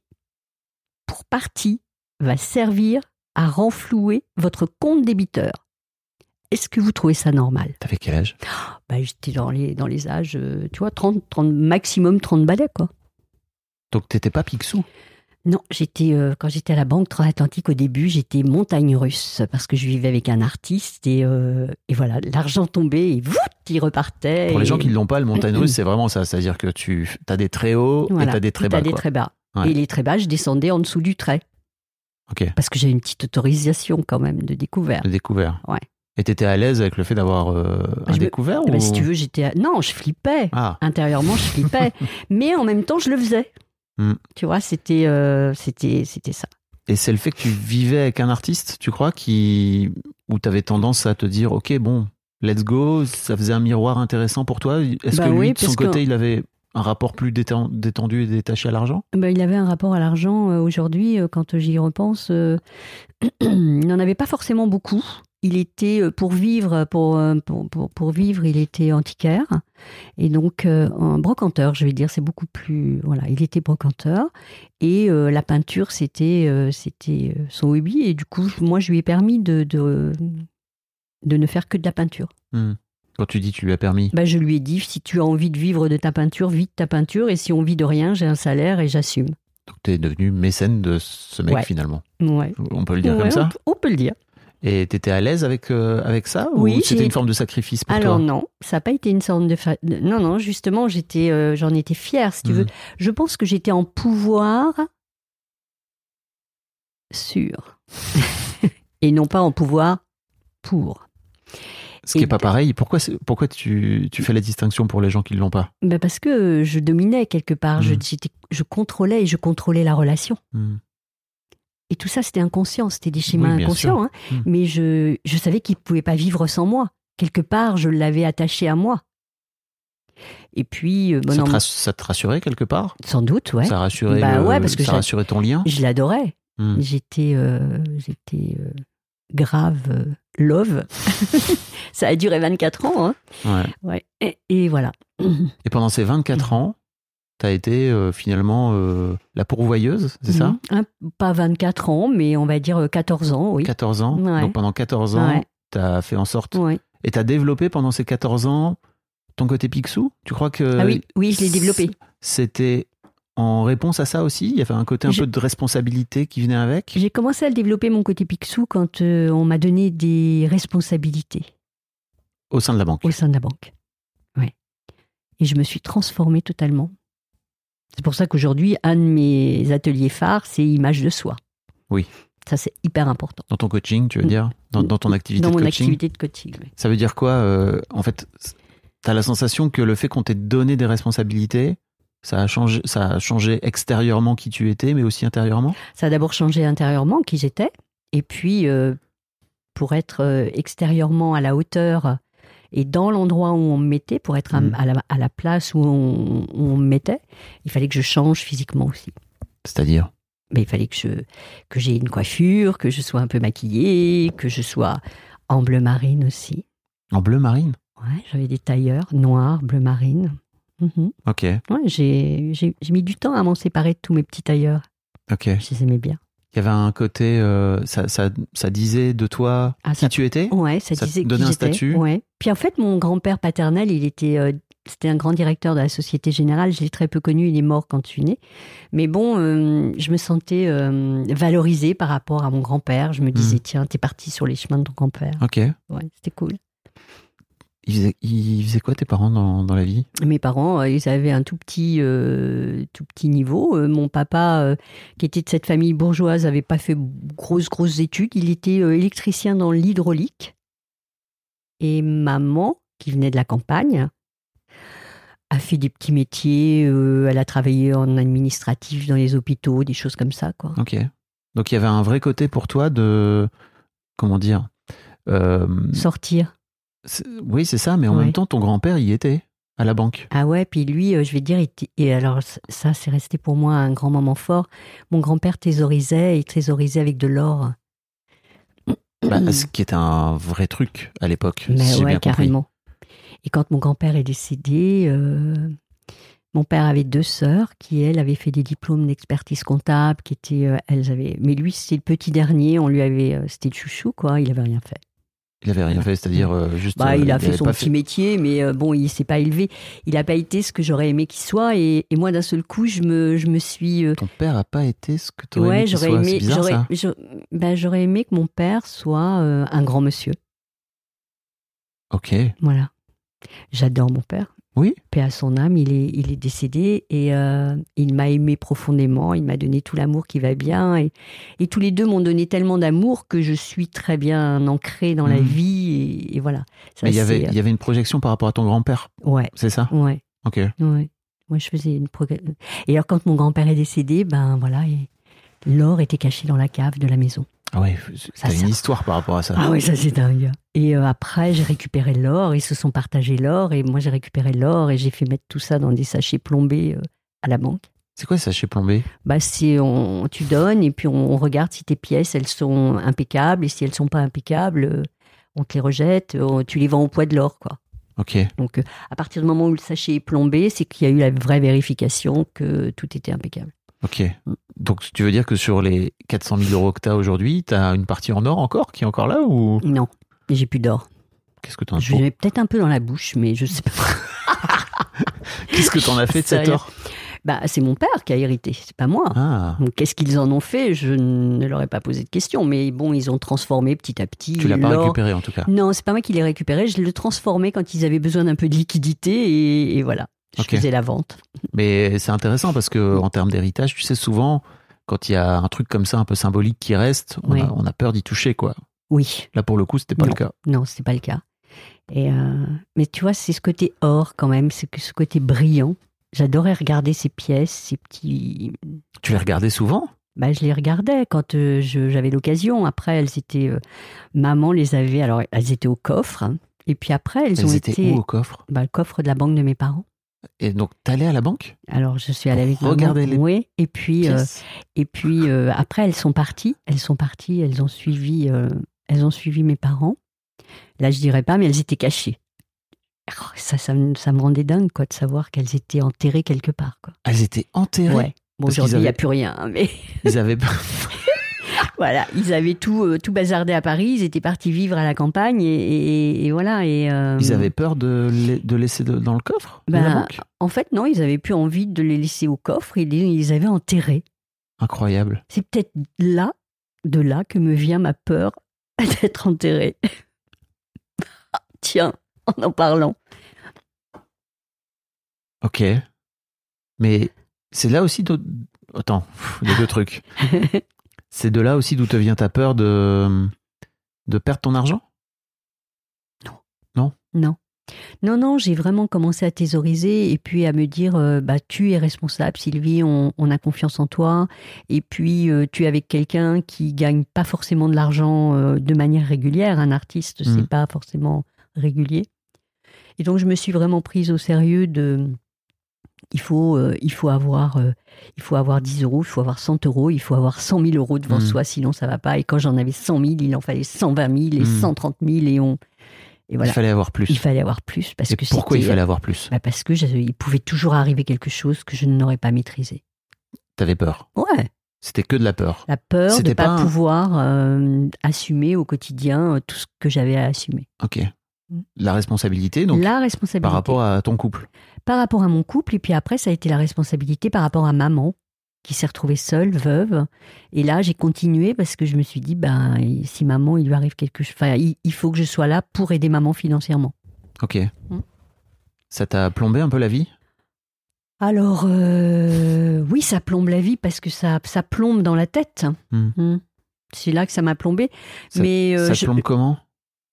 Speaker 1: pour partie va servir à renflouer votre compte débiteur. Est-ce que vous trouvez ça normal
Speaker 4: T'avais quel âge
Speaker 1: bah, J'étais dans les, dans les âges, euh, tu vois, 30, 30, maximum 30 balais, quoi.
Speaker 4: Donc t'étais pas Picsou.
Speaker 1: Non, j'étais euh, quand j'étais à la Banque Transatlantique au début, j'étais montagne russe parce que je vivais avec un artiste et, euh, et voilà, l'argent tombait et voût, il repartait.
Speaker 4: Pour les
Speaker 1: et-
Speaker 4: gens qui ne l'ont pas, le montagne russe, c'est vraiment ça. C'est-à-dire que tu as des très hauts
Speaker 1: voilà,
Speaker 4: et t'as des très
Speaker 1: t'as
Speaker 4: bas.
Speaker 1: des
Speaker 4: quoi.
Speaker 1: très bas.
Speaker 4: Ouais.
Speaker 1: Et les très bas, je descendais en dessous du trait
Speaker 4: Ok.
Speaker 1: parce que j'avais une petite autorisation quand même de découverte.
Speaker 4: Le découvert.
Speaker 1: Ouais.
Speaker 4: Et t'étais à l'aise avec le fait d'avoir euh, un
Speaker 1: je me-
Speaker 4: découvert
Speaker 1: Eh ben,
Speaker 4: ou...
Speaker 1: si tu veux, j'étais à- non, je flippais
Speaker 4: Ah,
Speaker 1: intérieurement, je flippais, mais en même temps, je le faisais.
Speaker 4: Hmm.
Speaker 1: Tu vois, c'était euh, c'était c'était ça.
Speaker 4: et c'est le fait que tu vivais avec un artiste, tu crois, qui... où t'avais tendance à te dire, ok, bon, let's go, ça faisait un miroir intéressant pour toi. Est-ce
Speaker 1: Bah
Speaker 4: que lui,
Speaker 1: oui,
Speaker 4: de son
Speaker 1: parce que-
Speaker 4: côté, il avait un rapport plus déten- détendu et détaché à l'argent
Speaker 1: Ben, il avait un rapport à l'argent euh, aujourd'hui, euh, quand j'y repense. euh, il n'en avait pas forcément beaucoup. Il était, euh, pour vivre, pour, euh, pour, pour- pour vivre, il était antiquaire. Et donc, euh, un brocanteur, je vais dire, c'est beaucoup plus... Voilà, il était brocanteur. Et euh, la peinture, c'était euh, c'était euh, son hobby. Et du coup, moi, je lui ai permis de, de, de ne faire que de la peinture.
Speaker 4: Quand tu dis tu lui as permis.
Speaker 1: Ben, je lui ai dit, si tu as envie de vivre de ta peinture, vis de ta peinture. Et si on vit de rien, j'ai un salaire et j'assume.
Speaker 4: Donc t'es devenu mécène de ce mec
Speaker 1: Ouais.
Speaker 4: finalement.
Speaker 1: Ouais.
Speaker 4: On peut le dire
Speaker 1: Ouais,
Speaker 4: comme
Speaker 1: on
Speaker 4: ça.
Speaker 1: peut- On, peut le dire.
Speaker 4: Et t'étais à l'aise avec, euh, avec ça
Speaker 1: Oui,
Speaker 4: Ou c'était
Speaker 1: j'ai-
Speaker 4: une forme de sacrifice pour
Speaker 1: Alors
Speaker 4: toi
Speaker 1: non, ça n'a pas été une sorte de... fa- de- Non, non, justement, j'étais, euh, j'en étais fière, si tu veux.
Speaker 4: Mhm.
Speaker 1: Je pense que j'étais en pouvoir sur. Et non pas en pouvoir pour.
Speaker 4: Ce qui
Speaker 1: Et
Speaker 4: n'est pas
Speaker 1: de-
Speaker 4: pareil. Pourquoi, c'est- pourquoi tu, tu fais la distinction pour les gens qui ne l'ont pas
Speaker 1: Ben parce que je dominais quelque part, je,
Speaker 4: Mhm.
Speaker 1: j'étais- je contrôlais et je contrôlais la relation.
Speaker 4: Hmm.
Speaker 1: Et tout ça, c'était inconscient, c'était des schémas
Speaker 4: Oui, bien
Speaker 1: inconscients. hein.
Speaker 4: Mhm.
Speaker 1: Mais je, je savais qu'il ne pouvait pas vivre sans moi. Quelque part, je l'avais attaché à moi. Et puis, euh, bon,
Speaker 4: ça,
Speaker 1: non,
Speaker 4: te rass- ça te rassurait quelque part
Speaker 1: sans doute, ouais.
Speaker 4: Ça rassurait,
Speaker 1: Bah
Speaker 4: le-
Speaker 1: ouais, parce que
Speaker 4: ça
Speaker 1: j'ai-
Speaker 4: rassurait ton lien
Speaker 1: Je l'adorais.
Speaker 4: Hmm.
Speaker 1: J'étais, euh, j'étais euh, grave euh, love. ça a duré 24 ans. hein.
Speaker 4: Ouais.
Speaker 1: Ouais. Et, et voilà.
Speaker 4: Et pendant ces 24
Speaker 1: Mm.
Speaker 4: ans, tu as été euh, finalement euh, la pourvoyeuse, c'est ça
Speaker 1: Mm. Un- Pas 24 ans, mais on va dire euh, 14 ans, oui.
Speaker 4: 14 ans.
Speaker 1: Ouais.
Speaker 4: Donc pendant 14 ans,
Speaker 1: Ouais.
Speaker 4: tu as fait en sorte.
Speaker 1: Ouais.
Speaker 4: Et tu as développé pendant ces 14 ans ton côté Picsou Tu crois que
Speaker 1: ah oui, oui, je l'ai développé.
Speaker 4: c'était en réponse à ça aussi Il y avait un côté un
Speaker 1: Je-
Speaker 4: peu de responsabilité qui venait avec
Speaker 1: J'ai commencé à le développer mon côté Picsou quand euh, on m'a donné des responsabilités
Speaker 4: au sein de la banque.
Speaker 1: au sein de la banque. Ouais. Et je me suis transformée totalement. C'est pour ça qu'aujourd'hui, un de mes ateliers phares, c'est image de soi.
Speaker 4: Oui.
Speaker 1: Ça, c'est hyper important.
Speaker 4: Dans ton coaching, tu veux dire Dans, dans ton activité
Speaker 1: dans
Speaker 4: de
Speaker 1: mon
Speaker 4: coaching
Speaker 1: activité de coaching. oui.
Speaker 4: Ça veut dire quoi euh, En fait, tu as la sensation que le fait qu'on t'ait donné des responsabilités, ça a, changé, ça a changé extérieurement qui tu étais, mais aussi intérieurement
Speaker 1: Ça a d'abord changé intérieurement qui j'étais, et puis euh, pour être euh, extérieurement à la hauteur et dans l'endroit où on me mettait, pour être à,
Speaker 4: Mhm.
Speaker 1: à la, à la place où on, où on me mettait, il fallait que je change physiquement aussi.
Speaker 4: C'est-à-dire
Speaker 1: Mais il fallait que je que j'ai une coiffure, que je sois un peu maquillée, que je sois en bleu marine aussi.
Speaker 4: En bleu marine
Speaker 1: Ouais, j'avais des tailleurs noirs, bleu marine. Mhm.
Speaker 4: Ok,
Speaker 1: Ouais, j'ai j'ai- j'ai mis du temps à m'en séparer de tous mes petits tailleurs.
Speaker 4: ok.
Speaker 1: Je les aimais bien.
Speaker 4: Il y avait un côté, euh, ça, ça, ça disait de toi
Speaker 1: Ah,
Speaker 4: qui
Speaker 1: ça-
Speaker 4: tu étais
Speaker 1: Ouais, ça,
Speaker 4: Ça te
Speaker 1: disait qui
Speaker 4: donnait un
Speaker 1: j'étais.
Speaker 4: statut
Speaker 1: Ouais. Puis en fait, mon grand-père paternel, il était, euh, c'était un grand directeur de la Société Générale. Je l'ai très peu connu. Il est mort quand je suis née. Mais bon, euh, je me sentais euh, valorisée par rapport à mon grand-père. Je me
Speaker 4: Hmm.
Speaker 1: disais, tiens, t'es parti sur les chemins de ton grand-père.
Speaker 4: Ok.
Speaker 1: Ouais, c'était cool.
Speaker 4: Ils faisaient, ils faisaient quoi tes parents dans, dans la vie
Speaker 1: Mes parents, euh, ils avaient un tout petit, euh, tout petit niveau. Euh, mon papa, euh, qui était de cette famille bourgeoise, n'avait pas fait grosses, grosses études. Il était euh, électricien dans l'hydraulique. Et maman, qui venait de la campagne, a fait des petits métiers. euh, elle a travaillé en administratif dans les hôpitaux, des choses comme ça, quoi.
Speaker 4: Ok. Donc il y avait un vrai côté pour toi de. Comment dire Euh,
Speaker 1: Sortir.
Speaker 4: c'est- Oui, c'est ça, mais en
Speaker 1: Ouais.
Speaker 4: même temps, ton grand-père y était, à la banque.
Speaker 1: Ah ouais, puis lui, euh, je vais te dire, il t- et alors c- ça, c'est resté pour moi un grand moment fort. Mon grand-père thésaurisait, il thésaurisait avec de l'or.
Speaker 4: Bah, ce qui était un vrai truc à l'époque,
Speaker 1: Mm. Mais
Speaker 4: si j'ai
Speaker 1: ouais,
Speaker 4: bien compris.
Speaker 1: carrément. Et quand mon grand-père est décédé, euh, mon père avait deux sœurs qui, elles, avaient fait des diplômes d'expertise comptable, qui étaient, euh, elles avaient. Mais lui, c'était le petit dernier. On lui avait, euh, c'était le chouchou, quoi. Il avait rien fait.
Speaker 4: Il avait rien fait, c'est-à-dire euh, juste.
Speaker 1: Bah,
Speaker 4: euh,
Speaker 1: il a fait
Speaker 4: avait
Speaker 1: son
Speaker 4: pas
Speaker 1: petit métier, mais euh, bon, il s'est pas élevé. Il a pas été ce que j'aurais aimé qu'il soit. Et, et moi, d'un seul coup, je me, je me suis. euh,
Speaker 4: Ton père a pas été ce que tu aurais
Speaker 1: ouais,
Speaker 4: aimé. qu'il
Speaker 1: j'aurais
Speaker 4: soit. C'est
Speaker 1: aimé.
Speaker 4: bizarre,
Speaker 1: j'aurais-
Speaker 4: ça.
Speaker 1: je- bah, j'aurais aimé que mon père soit euh, un grand monsieur.
Speaker 4: Ok.
Speaker 1: Voilà. J'adore mon père.
Speaker 4: Oui.
Speaker 1: paix à son âme, il est, il est décédé et euh, il m'a aimé profondément, il m'a donné tout l'amour qui va bien et, et tous les deux m'ont donné tellement d'amour que je suis très bien ancrée dans la
Speaker 4: Mhm.
Speaker 1: vie et, et voilà. Ça,
Speaker 4: Mais il y avait,
Speaker 1: c'est, euh,
Speaker 4: il y avait une projection par rapport à ton grand-père,
Speaker 1: Ouais,
Speaker 4: c'est ça
Speaker 1: ouais,
Speaker 4: Ok.
Speaker 1: ouais. Moi, je faisais une progr- euh, Et alors, quand mon grand-père est décédé, ben voilà, et l'or était caché dans la cave de la maison.
Speaker 4: Ah ouais,
Speaker 1: Ça,
Speaker 4: t'as
Speaker 1: c'est-
Speaker 4: une histoire par rapport à ça.
Speaker 1: Ah oui, ça c'est dingue. Et euh, après, j'ai récupéré l'or, ils se sont partagés l'or et moi j'ai récupéré l'or et j'ai fait mettre tout ça dans des sachets plombés euh, à la banque.
Speaker 4: C'est quoi ça chez Plombé
Speaker 1: bah c'est on, tu donnes et puis on, on regarde si tes pièces elles sont impeccables et si elles sont pas impeccables euh, on te les rejette euh, tu les vends au poids de l'or quoi
Speaker 4: Ok.
Speaker 1: donc euh, à partir du moment où le sachet est plombé c'est qu'il y a eu la vraie vérification que tout était impeccable
Speaker 4: Ok.
Speaker 1: Mm.
Speaker 4: Donc tu veux dire que sur les 400 000 euros que t'as aujourd'hui, t'as une partie en or encore qui est encore là ou
Speaker 1: non mais j'ai plus d'or
Speaker 4: qu'est-ce que t'en
Speaker 1: je l'ai peut-être un peu dans la bouche mais je sais pas
Speaker 4: Qu'est-ce que t'en as fait de cet
Speaker 1: Sérieux.
Speaker 4: or
Speaker 1: bah c'est mon père qui a hérité c'est pas moi
Speaker 4: Ah.
Speaker 1: donc qu'est-ce qu'ils en ont fait je ne leur ai pas posé de question mais bon ils ont transformé petit à petit
Speaker 4: Tu l'as pas
Speaker 1: l'or
Speaker 4: récupéré en tout cas.
Speaker 1: Non, c'est pas moi qui l'ai récupéré. Je le transformais quand ils avaient besoin d'un peu de liquidité et, et voilà. Je
Speaker 4: Ok.
Speaker 1: faisais la vente.
Speaker 4: Mais c'est intéressant parce que en termes d'héritage, tu sais souvent quand il y a un truc comme ça un peu symbolique qui reste, on,
Speaker 1: Ouais.
Speaker 4: a, on a peur d'y toucher quoi.
Speaker 1: Oui,
Speaker 4: Là pour le coup, c'était pas le cas.
Speaker 1: non, c'est pas le cas. Et euh, mais tu vois, c'est ce côté or quand même, c'est que ce côté brillant. J'adorais regarder ces pièces, ces petits.
Speaker 4: Tu les regardais souvent
Speaker 1: Bah, je les regardais quand euh, je- j'avais l'occasion. Après, elles étaient. euh, Maman les avait. Alors, elles étaient au coffre. hein. Et puis après, elles, ont
Speaker 4: Elles étaient
Speaker 1: été.
Speaker 4: où au coffre
Speaker 1: Bah, le coffre de la banque de mes parents.
Speaker 4: Et donc t'allais à la banque
Speaker 1: Alors, je suis allée
Speaker 4: Pour
Speaker 1: avec maman.
Speaker 4: regarder les
Speaker 1: Oui. Et puis. euh,
Speaker 4: Pièces
Speaker 1: Et puis euh, après, elles sont parties. Elles sont parties. Elles ont suivi. euh, elles ont suivi mes parents. Là, je dirais pas, mais elles étaient cachées. Oh, Ça, ça, me- ça me rendait dingue, quoi, de savoir qu'elles étaient enterrées quelque part, quoi.
Speaker 4: Elles étaient enterrées.
Speaker 1: Ouais. Bon,
Speaker 4: Parce qu'ils
Speaker 1: aujourd'hui, il n'y a
Speaker 4: avaient-
Speaker 1: plus rien, hein, mais
Speaker 4: Ils avaient
Speaker 1: voilà, ils avaient tout, euh, tout bazardé à Paris. Ils étaient partis vivre à la campagne et, et- et voilà. Et euh,
Speaker 4: Ils avaient peur de, les- de laisser de- dans le coffre de la
Speaker 1: Bah,
Speaker 4: banque
Speaker 1: en fait, non, ils avaient plus envie de les laisser au coffre. Ils les, ils les avaient enterrées.
Speaker 4: Incroyable.
Speaker 1: C'est peut-être là, de là, que me vient ma peur d'être enterrée. Ah, Tiens, en en parlant.
Speaker 4: Ok. Mais c'est là aussi. d'où- Attends, pff, il y a deux trucs. C'est de là aussi d'où te vient ta peur de, de perdre ton argent
Speaker 1: non. Non, non, j'ai vraiment commencé à thésauriser et puis à me dire, euh, bah, tu es responsable, Sylvie, on, on a confiance en toi. Et puis, euh, tu es avec quelqu'un qui gagne pas forcément de l'argent euh, de manière régulière. Un artiste,
Speaker 4: Mhm.
Speaker 1: c'est pas forcément régulier. Et donc, je me suis vraiment prise au sérieux de. Il faut, euh, il faut avoir, euh, il faut avoir 10 euros, il faut avoir 100 euros, il faut avoir 100 000 euros devant
Speaker 4: Mhm.
Speaker 1: soi, sinon ça va pas. Et quand j'en avais 100 000, il en fallait 120 000 et
Speaker 4: Mhm.
Speaker 1: 130 000 et on, et voilà.
Speaker 4: Il fallait avoir plus.
Speaker 1: Il fallait avoir plus parce
Speaker 4: Et
Speaker 1: que
Speaker 4: pourquoi il
Speaker 1: c'était-
Speaker 4: fallait avoir plus
Speaker 1: Bah, parce que je- il pouvait toujours arriver quelque chose que je n'aurais pas maîtrisé.
Speaker 4: T'avais peur.
Speaker 1: Ouais,
Speaker 4: C'était que de la peur.
Speaker 1: La peur de
Speaker 4: C'était
Speaker 1: ne pas,
Speaker 4: pas un-
Speaker 1: pouvoir euh, assumer au quotidien euh, tout ce que j'avais à assumer.
Speaker 4: Ok. La responsabilité, donc,
Speaker 1: Mm. la responsabilité
Speaker 4: par rapport à ton couple.
Speaker 1: par rapport à mon couple, et puis après, ça a été la responsabilité par rapport à maman, qui s'est retrouvée seule, veuve. Et là, j'ai continué parce que je me suis dit, ben, si maman, il lui arrive quelque chose, enfin, il il faut que je sois là pour aider maman financièrement.
Speaker 4: Ok.
Speaker 1: Mm.
Speaker 4: Ça t'a plombé un peu la vie
Speaker 1: Alors, euh, oui, ça plombe la vie parce que ça, ça plombe dans la tête.
Speaker 4: Hmm.
Speaker 1: Hmm. C'est là que ça m'a plombé.
Speaker 4: Ça-
Speaker 1: Mais euh,
Speaker 4: Ça te
Speaker 1: je-
Speaker 4: plombe comment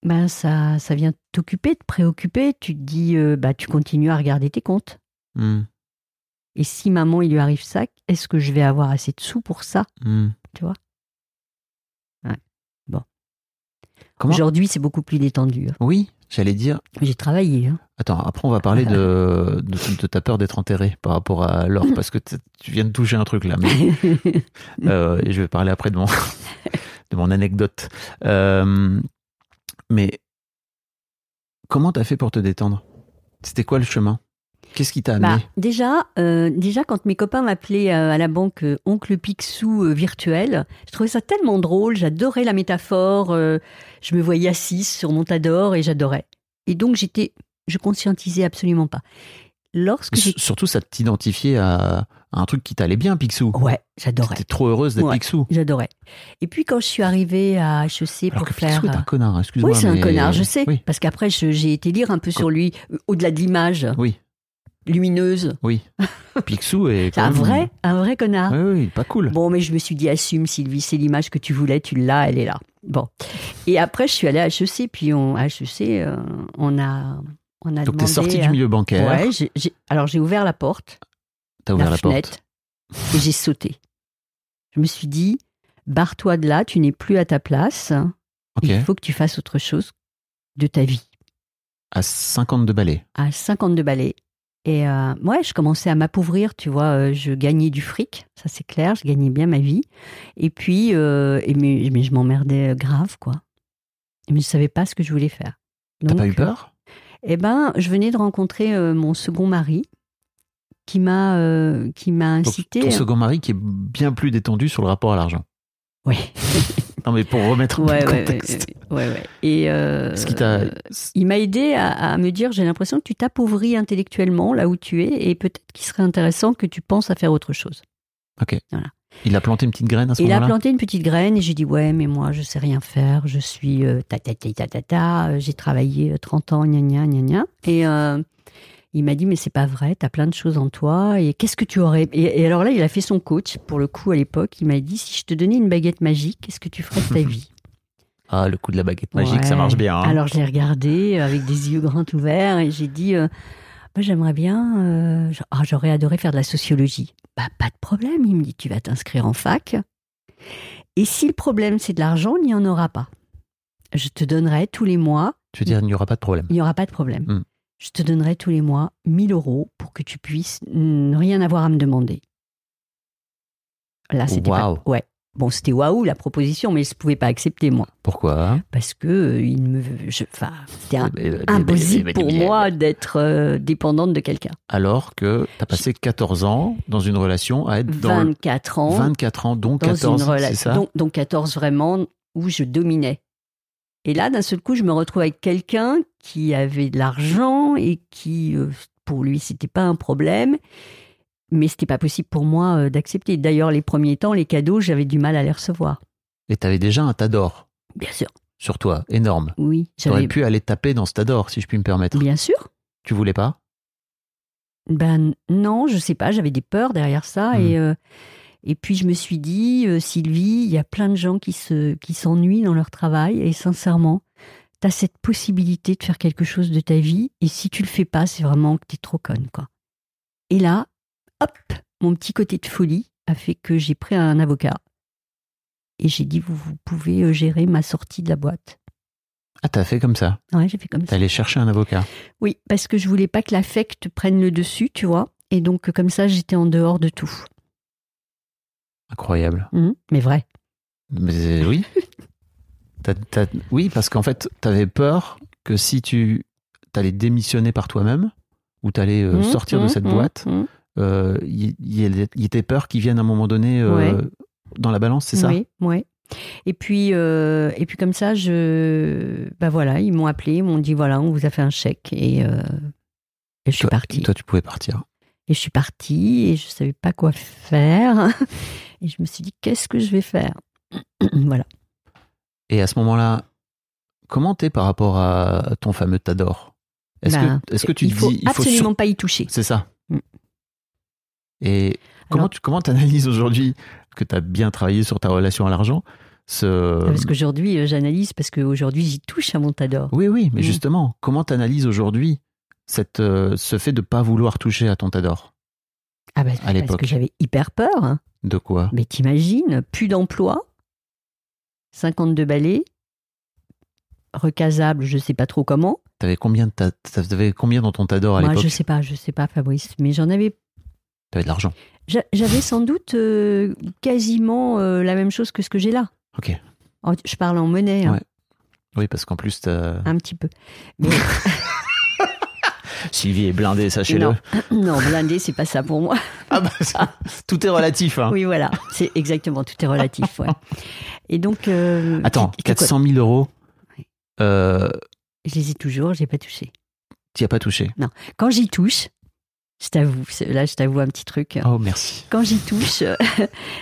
Speaker 1: ben, ça, ça vient t'occuper, te préoccuper. Tu te dis, euh, bah, tu continues à regarder tes comptes.
Speaker 4: Hmm,
Speaker 1: Et si maman, il lui arrive ça, est-ce que je vais avoir assez de sous pour ça
Speaker 4: hmm. Comment-
Speaker 1: Aujourd'hui, c'est beaucoup plus détendu. hein.
Speaker 4: Oui, j'allais dire.
Speaker 1: J'ai travaillé. hein.
Speaker 4: Attends, après on va parler de, de, de ta peur d'être enterré par rapport à l'or, parce que t- tu viens de toucher un truc là. mais- Euh, et je vais parler après de mon, de mon anecdote. Euh, mais comment t'as fait pour te détendre C'était quoi le chemin Qu'est-ce qui t'a amené
Speaker 1: Bah, déjà, euh, déjà, quand mes copains m'appelaient euh, à la banque euh, Oncle Picsou euh, virtuel, je trouvais ça tellement drôle, j'adorais la métaphore, euh, je me voyais assise sur mon tas d'or et j'adorais. Et donc, j'étais, je conscientisais absolument pas. Lorsque j'ai...
Speaker 4: S- Surtout, ça t'identifiait à, à un truc qui t'allait bien, Picsou.
Speaker 1: Ouais, j'adorais,
Speaker 4: T'étais trop heureuse d'être
Speaker 1: Ouais.
Speaker 4: Picsou.
Speaker 1: j'adorais. Et puis, quand je suis arrivée à HEC
Speaker 4: Alors
Speaker 1: pour
Speaker 4: que
Speaker 1: faire... euh,
Speaker 4: Picsou est un connard, excuse-moi.
Speaker 1: oui, c'est un
Speaker 4: mais-
Speaker 1: connard, je sais.
Speaker 4: Oui,
Speaker 1: Parce qu'après, je- j'ai été lire un peu sur lui, euh, au-delà de l'image
Speaker 4: oui,
Speaker 1: lumineuse.
Speaker 4: oui. Picsou est.
Speaker 1: C'est
Speaker 4: quand
Speaker 1: un
Speaker 4: même-
Speaker 1: vrai, un vrai connard.
Speaker 4: Oui, oui, il est pas cool.
Speaker 1: Bon, mais je me suis dit, assume Sylvie, c'est l'image que tu voulais, tu l'as, elle est là. Bon. Et après, je suis allée à HEC, puis on, à HEC, euh, on a, on a demandé...
Speaker 4: Donc t'es sorti
Speaker 1: à-
Speaker 4: du milieu bancaire,
Speaker 1: Ouais, j'ai- j'ai- alors j'ai ouvert la porte,
Speaker 4: t'as Ah, ouvert
Speaker 1: la,
Speaker 4: la, porte.
Speaker 1: fenêtre, et j'ai sauté. Je me suis dit, barre-toi de là, tu n'es plus à ta place,
Speaker 4: Ok,
Speaker 1: il faut que tu fasses autre chose de ta vie.
Speaker 4: à 52 balais.
Speaker 1: à 52 balais. Et euh, ouais, je commençais à m'appauvrir, tu vois, euh, je gagnais du fric, ça c'est clair, je gagnais bien ma vie. Et puis, euh, et mais, mais je m'emmerdais euh, grave, quoi. Mais je savais pas ce que je voulais faire.
Speaker 4: T'as
Speaker 1: Donc,
Speaker 4: pas eu peur
Speaker 1: Eh ben, je venais de rencontrer euh, mon second mari, qui m'a euh, qui m'a
Speaker 4: Donc,
Speaker 1: incité. hein.
Speaker 4: Ton second mari qui est bien plus détendu sur le rapport à l'argent.
Speaker 1: Ouais.
Speaker 4: Non mais pour remettre un
Speaker 1: ouais,
Speaker 4: peu de
Speaker 1: ouais, euh, ouais,
Speaker 4: contexte.
Speaker 1: ouais, ouais, ouais. Et euh,
Speaker 4: Ce qui t'a...
Speaker 1: il m'a aidé à, à me dire j'ai l'impression que tu t'appauvris intellectuellement là où tu es et peut-être qu'il serait intéressant que tu penses à faire autre chose.
Speaker 4: Il a planté une petite graine à ce
Speaker 1: Et il a
Speaker 4: moment-là
Speaker 1: planté une petite graine et j'ai dit ouais mais moi je sais rien faire, je suis euh, ta ta ta ta ta ta, euh, j'ai travaillé euh, 30 ans, gna gna gna gna. Et euh, il m'a dit mais c'est pas vrai, t'as plein de choses en toi et qu'est-ce que tu aurais et, et alors là il a fait son coach pour le coup à l'époque, il m'a dit si je te donnais une baguette magique, qu'est-ce que tu ferais de ta vie
Speaker 4: Ah, le coup de la baguette magique,
Speaker 1: Ouais.
Speaker 4: ça marche bien. hein.
Speaker 1: Alors je l'ai regardé euh, avec des yeux grands ouverts et j'ai dit euh, Bah, j'aimerais bien, euh, j'a- ah, j'aurais adoré faire de la sociologie. Bah, pas de problème, il me dit tu vas t'inscrire en fac. Et si le problème c'est de l'argent, il n'y en aura pas. Je te donnerai tous les mois,
Speaker 4: Tu veux dire, il n'y aura pas de problème.
Speaker 1: il n'y aura pas de problème.
Speaker 4: Hmm.
Speaker 1: Je te donnerai tous les mois 1000 euros pour que tu puisses ne rien avoir à me demander. Là, c'était pas-
Speaker 4: Waouh.
Speaker 1: Ouais. Bon, c'était waouh la proposition, mais je ne pouvais pas accepter, moi
Speaker 4: Pourquoi
Speaker 1: parce que euh, il me, je, enfin, c'était un-
Speaker 4: Eh ben, eh ben, eh
Speaker 1: impossible
Speaker 4: ben, eh
Speaker 1: pour
Speaker 4: ben,
Speaker 1: moi d'être euh, dépendante de quelqu'un.
Speaker 4: Alors que t'as passé 14 ans dans une relation à être dans le-
Speaker 1: 24 ans
Speaker 4: 24 ans,
Speaker 1: dans
Speaker 4: dont 14,
Speaker 1: une
Speaker 4: c'est ça
Speaker 1: relation, donc, donc 14 vraiment où je dominais. Et là, d'un seul coup, je me retrouve avec quelqu'un qui avait de l'argent et qui, euh, pour lui, c'était pas un problème. Mais c'était pas possible pour moi euh, d'accepter. D'ailleurs, les premiers temps, les cadeaux, j'avais du mal à les recevoir.
Speaker 4: Et t'avais déjà un tas d'or
Speaker 1: Bien sûr,
Speaker 4: sur toi, énorme.
Speaker 1: oui.
Speaker 4: T'aurais
Speaker 1: J'avais
Speaker 4: pu aller taper dans ce tas d'or, si je puis me permettre.
Speaker 1: bien sûr.
Speaker 4: Tu voulais pas
Speaker 1: Ben non, je sais pas, j'avais des peurs derrière ça
Speaker 4: Mhm.
Speaker 1: et euh, et puis je me suis dit euh, Sylvie, il y a plein de gens qui se qui s'ennuient dans leur travail et sincèrement, tu as cette possibilité de faire quelque chose de ta vie et si tu le fais pas, c'est vraiment que tu es trop conne quoi. Et là, hop, mon petit côté de folie a fait que j'ai pris un avocat. Et j'ai dit vous, vous pouvez euh, gérer ma sortie de la boîte.
Speaker 4: Ah, t'as fait comme ça.
Speaker 1: Ouais, j'ai fait comme
Speaker 4: T'es
Speaker 1: ça.
Speaker 4: allé chercher un avocat.
Speaker 1: Oui, parce que je voulais pas que l'affect prenne le dessus, tu vois. Et donc euh, comme ça, j'étais en dehors de tout.
Speaker 4: Incroyable.
Speaker 1: Mhm, mais vrai.
Speaker 4: Mais euh, oui. T'as- t'as- oui, parce qu'en fait, t'avais peur que si tu t'allais démissionner par toi-même ou t'allais euh,
Speaker 1: Mhm,
Speaker 4: sortir de
Speaker 1: mhm,
Speaker 4: cette
Speaker 1: mhm,
Speaker 4: boîte,
Speaker 1: mhm.
Speaker 4: euh, il y, il y a- il y a tes peurs qui viennent à un moment donné euh,
Speaker 1: Ouais.
Speaker 4: dans la balance, c'est ça
Speaker 1: Oui, ouais. Et puis, euh, et puis comme ça, je, bah voilà, ils m'ont appelé, ils m'ont dit voilà, on vous a fait un chèque et, euh, et je suis
Speaker 4: Toi-
Speaker 1: partie.
Speaker 4: Toi, tu pouvais partir.
Speaker 1: Et je suis partie et je savais pas quoi faire. Et je me suis dit qu'est-ce que je vais faire Voilà.
Speaker 4: Et à ce moment-là, comment t'es par rapport à ton fameux Tador Est-ce
Speaker 1: Bah,
Speaker 4: que, est que tu
Speaker 1: il
Speaker 4: te
Speaker 1: faut
Speaker 4: dis. il faut
Speaker 1: absolument
Speaker 4: sur-
Speaker 1: pas y toucher.
Speaker 4: C'est ça.
Speaker 1: Mm.
Speaker 4: Et comment
Speaker 1: Alors-
Speaker 4: tu comment analyses aujourd'hui que tu as bien travaillé sur ta relation à l'argent ce...
Speaker 1: Parce qu'aujourd'hui, euh, j'analyse parce qu'aujourd'hui, j'y touche à mon Tador.
Speaker 4: Oui, oui, mais
Speaker 1: Mm.
Speaker 4: justement, comment tu analyses aujourd'hui cette, euh, ce fait de pas vouloir toucher à ton Tador
Speaker 1: Ah bah, parce
Speaker 4: l'époque.
Speaker 1: que j'avais hyper peur. hein.
Speaker 4: De quoi
Speaker 1: Mais t'imagines, plus d'emploi, 52 balais, recasable, je sais pas trop comment.
Speaker 4: T'avais combien, de ta- t'avais combien dans ton Tador à
Speaker 1: Moi,
Speaker 4: l'époque
Speaker 1: je sais pas, je sais pas, Fabrice, mais j'en avais.
Speaker 4: T'avais de l'argent.
Speaker 1: j'a- J'avais sans doute euh, quasiment euh, la même chose que ce que j'ai là.
Speaker 4: Ok.
Speaker 1: En- Je parle en monnaie, hein,
Speaker 4: Ouais. Oui, parce qu'en plus, t'as-
Speaker 1: un petit peu. Mais
Speaker 4: Sylvie est blindée, sachez-le.
Speaker 1: non, non, blindé, c'est pas ça pour moi.
Speaker 4: Ah bah, ça- tout est relatif. hein.
Speaker 1: Oui, voilà, c'est exactement, tout est relatif. ouais. Et donc. euh,
Speaker 4: Attends,
Speaker 1: tu- tu-
Speaker 4: 400 000 euros,
Speaker 1: Oui.
Speaker 4: euh,
Speaker 1: Je les ai toujours, j'ai pas touché.
Speaker 4: t'y as pas touché.
Speaker 1: Quand j'y touche, je t'avoue, c'est- là, je t'avoue un petit truc. hein.
Speaker 4: Oh, merci.
Speaker 1: quand j'y touche, euh,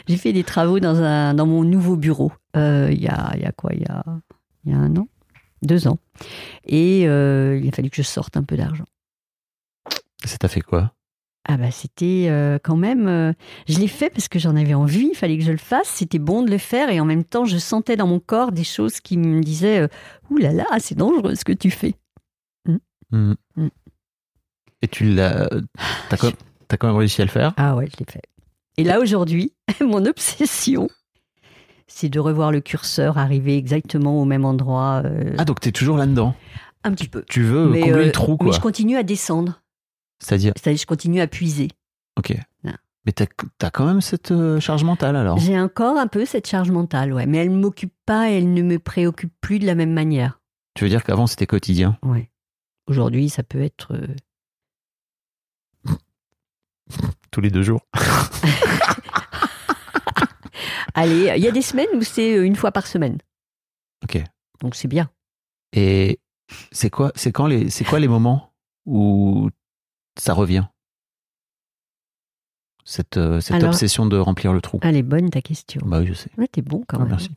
Speaker 1: j'ai fait des travaux dans, un, dans mon nouveau bureau. Euh, Il y, a, il y a quoi Il y a, il y a un an Deux ans. Et euh, il a fallu que je sorte un peu d'argent.
Speaker 4: Ça t'a fait quoi
Speaker 1: Ah bah c'était euh, quand même... euh, je l'ai fait parce que j'en avais envie, il fallait que je le fasse, c'était bon de le faire et en même temps je sentais dans mon corps des choses qui me disaient euh, Ouh là là, c'est dangereux ce que tu fais
Speaker 4: Hmm.
Speaker 1: Hmm.
Speaker 4: Et tu l'as. T'as quand, t'as quand même réussi à le faire ».
Speaker 1: Ah ouais, je l'ai fait. Et là aujourd'hui, mon obsession, c'est de revoir le curseur arriver exactement au même endroit. euh,
Speaker 4: Ah, donc t'es toujours là-dedans.
Speaker 1: un petit peu.
Speaker 4: Tu veux
Speaker 1: Mais,
Speaker 4: combler
Speaker 1: euh,
Speaker 4: le trou,
Speaker 1: mais
Speaker 4: quoi.
Speaker 1: je continue à descendre.
Speaker 4: C'est-à-dire,
Speaker 1: C'est-à-dire, je continue à puiser.
Speaker 4: ok.
Speaker 1: Non.
Speaker 4: Mais t'as t'as quand même cette euh, charge mentale alors
Speaker 1: J'ai encore un peu cette charge mentale, ouais. Mais elle ne m'occupe pas et elle ne me préoccupe plus de la même manière.
Speaker 4: Tu veux dire qu'avant c'était quotidien
Speaker 1: Ouais. Aujourd'hui, ça peut être. euh,
Speaker 4: Tous les deux jours
Speaker 1: Allez, il y a des semaines où c'est euh, une fois par semaine.
Speaker 4: Ok.
Speaker 1: Donc c'est bien.
Speaker 4: Et c'est quoi, c'est quand les, c'est quoi les moments où ça revient Cette, euh, cette
Speaker 1: Alors- euh,
Speaker 4: obsession de remplir le trou.
Speaker 1: Elle est bonne ta question.
Speaker 4: Bah oui, je sais.
Speaker 1: Ouais, t'es bon quand
Speaker 4: Ah,
Speaker 1: même.
Speaker 4: merci.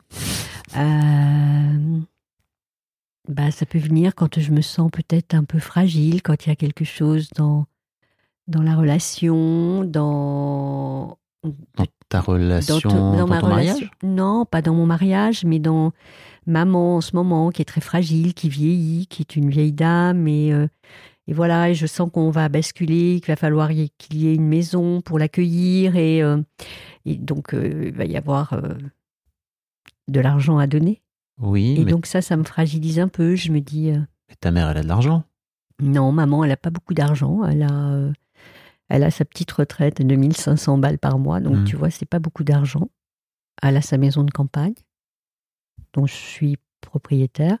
Speaker 1: Euh, bah, ça peut venir quand je me sens peut-être un peu fragile, quand il y a quelque chose dans, dans la relation, dans,
Speaker 4: Dans ta relation,
Speaker 1: dans, ton-
Speaker 4: dans,
Speaker 1: dans ma
Speaker 4: ton
Speaker 1: relation.
Speaker 4: mariage
Speaker 1: Non, pas dans mon mariage, mais dans maman en ce moment, qui est très fragile, qui vieillit, qui est une vieille dame. Et, euh, et voilà, et je sens qu'on va basculer, qu'il va falloir y- qu'il y ait une maison pour l'accueillir. Et, euh, et donc, euh, il va y avoir euh, de l'argent à donner.
Speaker 4: Oui,
Speaker 1: Et
Speaker 4: mais,
Speaker 1: donc ça, ça me fragilise un peu. Je me dis, euh,
Speaker 4: mais ta mère, elle a de l'argent.
Speaker 1: non, maman, elle n'a pas beaucoup d'argent. Elle a, euh, elle a sa petite retraite, 2500 balles par mois. Donc
Speaker 4: Mhm.
Speaker 1: tu vois, c'est pas beaucoup d'argent. Elle a sa maison de campagne, dont je suis propriétaire.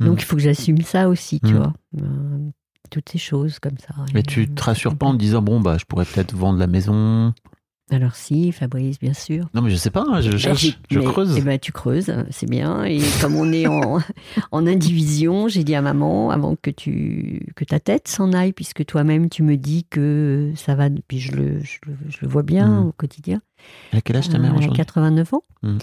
Speaker 1: Donc
Speaker 4: Mhm.
Speaker 1: il faut que j'assume ça aussi, tu
Speaker 4: Mhm.
Speaker 1: vois. Euh, toutes ces choses comme ça.
Speaker 4: Mais
Speaker 1: Et,
Speaker 4: tu
Speaker 1: euh,
Speaker 4: te rassures pas en te disant, bon, bah, je pourrais peut-être vendre la maison.
Speaker 1: Alors si, Fabrice, bien sûr.
Speaker 4: Non, mais je sais pas, hein, je
Speaker 1: Bah, j'ai-
Speaker 4: cherche, je
Speaker 1: mais-
Speaker 4: creuse.
Speaker 1: eh ben, tu creuses, c'est bien. Et comme on est en, en indivision, j'ai dit à maman, avant que, tu, que ta tête s'en aille, puisque toi-même, tu me dis que ça va, puis je le, je le- je le vois bien
Speaker 4: Mm.
Speaker 1: au quotidien.
Speaker 4: Elle a quel âge ta mère
Speaker 1: Euh, elle a
Speaker 4: aujourd'hui
Speaker 1: 89 ans.
Speaker 4: Mm.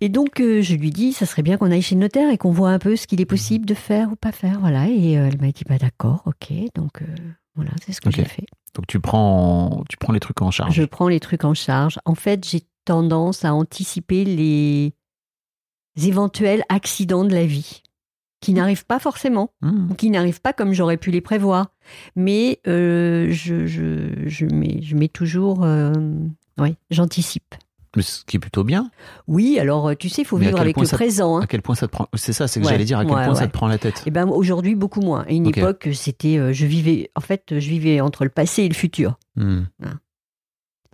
Speaker 1: Et donc, euh, je lui dis, ça serait bien qu'on aille chez le notaire et qu'on voit un peu ce qu'il est possible de faire ou pas faire. Voilà. Et euh, elle m'a dit, bah d'accord, ok. Donc, euh, voilà, c'est ce que
Speaker 4: Ok.
Speaker 1: j'ai fait.
Speaker 4: Donc tu prends, tu prends les trucs en charge.
Speaker 1: Je prends les trucs en charge. En fait, j'ai tendance à anticiper les éventuels accidents de la vie
Speaker 4: Mmh.
Speaker 1: qui n'arrivent pas forcément,
Speaker 4: Hmm.
Speaker 1: ou qui n'arrivent pas comme j'aurais pu les prévoir. Mais euh, je, je, je, mets, je mets toujours... euh, ouais, j'anticipe.
Speaker 4: Mais ce qui est plutôt bien.
Speaker 1: Oui, alors euh, tu sais, il faut
Speaker 4: Mais à
Speaker 1: vivre
Speaker 4: quel
Speaker 1: avec
Speaker 4: point
Speaker 1: le
Speaker 4: ça-
Speaker 1: présent. hein.
Speaker 4: À quel point ça te prend. C'est ça, c'est que
Speaker 1: Ouais,
Speaker 4: j'allais dire, à quel
Speaker 1: ouais,
Speaker 4: point ça
Speaker 1: ouais.
Speaker 4: te prend la tête.
Speaker 1: Eh ben aujourd'hui beaucoup moins. À une
Speaker 4: Ok.
Speaker 1: époque, c'était, euh, je vivais, en fait, je vivais entre le passé et le futur.
Speaker 4: Hmm.
Speaker 1: Hein.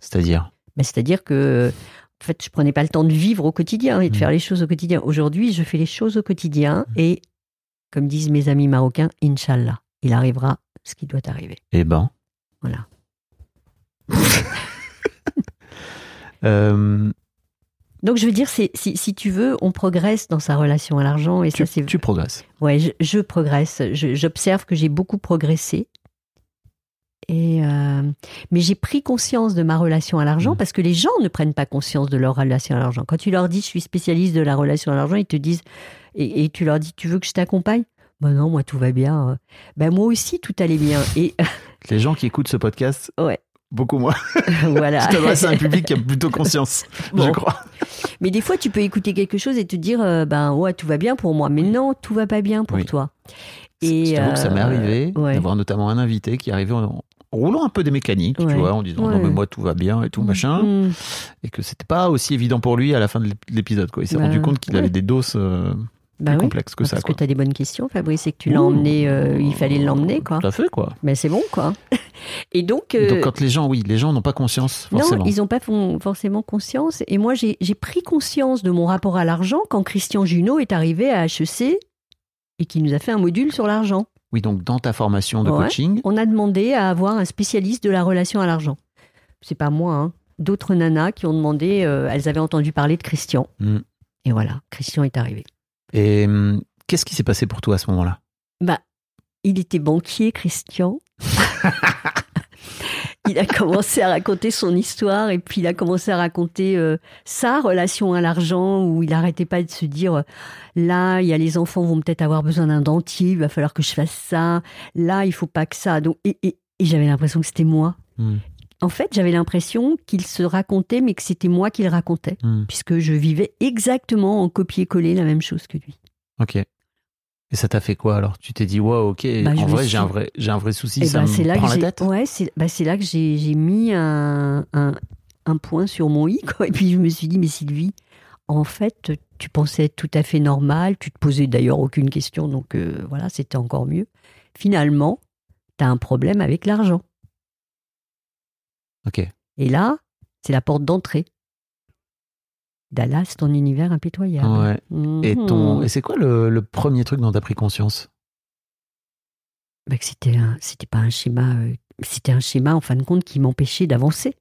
Speaker 4: C'est-à-dire
Speaker 1: Bah, C'est-à-dire que, en fait, je prenais pas le temps de vivre au quotidien et de
Speaker 4: Mm.
Speaker 1: faire les choses au quotidien. Aujourd'hui, je fais les choses au quotidien et, comme disent mes amis marocains, Inch'Allah, il arrivera ce qui doit arriver.
Speaker 4: Eh ben.
Speaker 1: Voilà.
Speaker 4: euh,
Speaker 1: Donc je veux dire, c'est- si, si tu veux, on progresse dans sa relation à l'argent et
Speaker 4: Tu,
Speaker 1: ça c'est
Speaker 4: tu progresses.
Speaker 1: ouais, je, je progresse. Je- J'observe que j'ai beaucoup progressé. Et euh, mais j'ai pris conscience de ma relation à l'argent
Speaker 4: Mmh.
Speaker 1: parce que les gens ne prennent pas conscience de leur relation à l'argent. Quand tu leur dis je suis spécialiste de la relation à l'argent, ils te disent et, et tu leur dis tu veux que je t'accompagne Ben non, moi tout va bien. Ben moi aussi tout allait bien. Et
Speaker 4: Les gens qui écoutent ce podcast,
Speaker 1: Ouais.
Speaker 4: beaucoup moins.
Speaker 1: voilà.
Speaker 4: Tu t'adresses à un public qui a plutôt conscience, je
Speaker 1: Bon.
Speaker 4: crois.
Speaker 1: Mais des fois, tu peux écouter quelque chose et te dire, euh, ben ouais, tout va bien pour moi. Mais non, tout va pas bien pour
Speaker 4: Oui.
Speaker 1: toi.
Speaker 4: je t'avoue que ça
Speaker 1: euh,
Speaker 4: m'est arrivé
Speaker 1: ouais.
Speaker 4: d'avoir notamment un invité qui arrivait en roulant un peu des mécaniques,
Speaker 1: Ouais.
Speaker 4: tu vois, en disant
Speaker 1: Ouais.
Speaker 4: non mais moi tout va bien et tout machin,
Speaker 1: Mm.
Speaker 4: et que c'était pas aussi évident pour lui à la fin de l'ép- de l'épisode quoi. Il s'est
Speaker 1: Bah,
Speaker 4: rendu compte qu'il
Speaker 1: ouais.
Speaker 4: avait des doses euh,
Speaker 1: Bah
Speaker 4: plus
Speaker 1: oui.
Speaker 4: complexes que ça.
Speaker 1: Parce que
Speaker 4: Quoi.
Speaker 1: tu as des bonnes questions, Fabrice, et que tu l'as emmené, euh, il fallait l'emmener, quoi.
Speaker 4: Tout à fait quoi.
Speaker 1: Mais c'est bon, quoi. Et donc, euh,
Speaker 4: Donc quand les gens, oui, les gens n'ont pas conscience forcément.
Speaker 1: non, ils n'ont pas fon- forcément conscience. Et moi, j'ai j'ai pris conscience de mon rapport à l'argent quand Christian Junot est arrivé à HEC et qui nous a fait un module sur l'argent.
Speaker 4: Oui, donc dans ta formation de
Speaker 1: Ouais.
Speaker 4: coaching,
Speaker 1: on a demandé à avoir un spécialiste de la relation à l'argent. C'est pas moi, hein. D'autres nanas qui ont demandé, euh, elles avaient entendu parler de Christian.
Speaker 4: Mm.
Speaker 1: Et voilà, Christian est arrivé.
Speaker 4: et hum, qu'est-ce qui s'est passé pour toi à ce moment-là
Speaker 1: Bah, il était banquier, Christian. il a commencé à raconter son histoire et puis il a commencé à raconter euh, sa relation à l'argent où il arrêtait pas de se dire euh, là, il y a les enfants vont peut-être avoir besoin d'un dentier, il va falloir que je fasse ça. Là, il faut pas que ça. Donc, et, et- et j'avais l'impression que c'était moi.
Speaker 4: Mm.
Speaker 1: En fait, j'avais l'impression qu'il se racontait, mais que c'était moi qui le racontais,
Speaker 4: Hmm,
Speaker 1: puisque je vivais exactement en copier-coller la même chose que lui.
Speaker 4: Ok. Et ça t'a fait quoi alors Tu t'es dit, wow, ok,
Speaker 1: Bah, je
Speaker 4: en
Speaker 1: me
Speaker 4: vrai,
Speaker 1: suis-
Speaker 4: j'ai un vrai, j'ai un vrai souci,
Speaker 1: Eh
Speaker 4: ça
Speaker 1: ben,
Speaker 4: me
Speaker 1: c'est là
Speaker 4: prend
Speaker 1: que
Speaker 4: la
Speaker 1: j'ai-
Speaker 4: tête.
Speaker 1: Ouais, c'est bah, c'est là que j'ai j'ai mis un, un, un point sur mon i. Quoi. Et puis je me suis dit, mais Sylvie, en fait, tu pensais être tout à fait normal. Tu te posais d'ailleurs aucune question, donc euh, voilà, c'était encore mieux. Finalement, tu as un problème avec l'argent.
Speaker 4: Ok.
Speaker 1: Et là, c'est la porte d'entrée. Dallas, ton univers impitoyable.
Speaker 4: Ouais. Et
Speaker 1: Mhm.
Speaker 4: ton, et c'est quoi le, le premier truc dont t'as pris conscience
Speaker 1: Bah, que c'était un- c'était pas un schéma, euh, c'était un schéma en fin de compte qui m'empêchait d'avancer.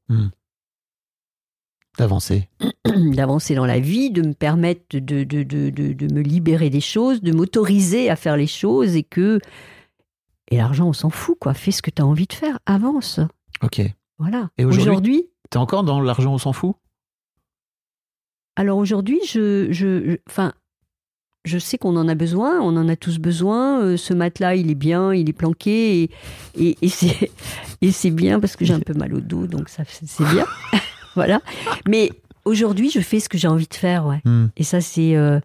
Speaker 4: D'avancer.
Speaker 1: d'avancer dans la vie, de me permettre de, de, de, de, de me libérer des choses, de m'autoriser à faire les choses et que. Et l'argent, on s'en fout, quoi. Fais ce que tu as envie de faire, avance.
Speaker 4: Ok.
Speaker 1: Voilà.
Speaker 4: Et aujourd'hui- T'es encore dans l'argent, on s'en fout
Speaker 1: alors aujourd'hui, je, je, je- enfin, je sais qu'on en a besoin, on en a tous besoin. Euh, ce matelas, il est bien, il est planqué et, et, et c'est, et c'est bien parce que j'ai un peu mal au dos, donc ça, c'est bien. voilà. Mais aujourd'hui, je fais ce que j'ai envie de faire, ouais.
Speaker 4: Hmm,
Speaker 1: Et ça, c'est. euh,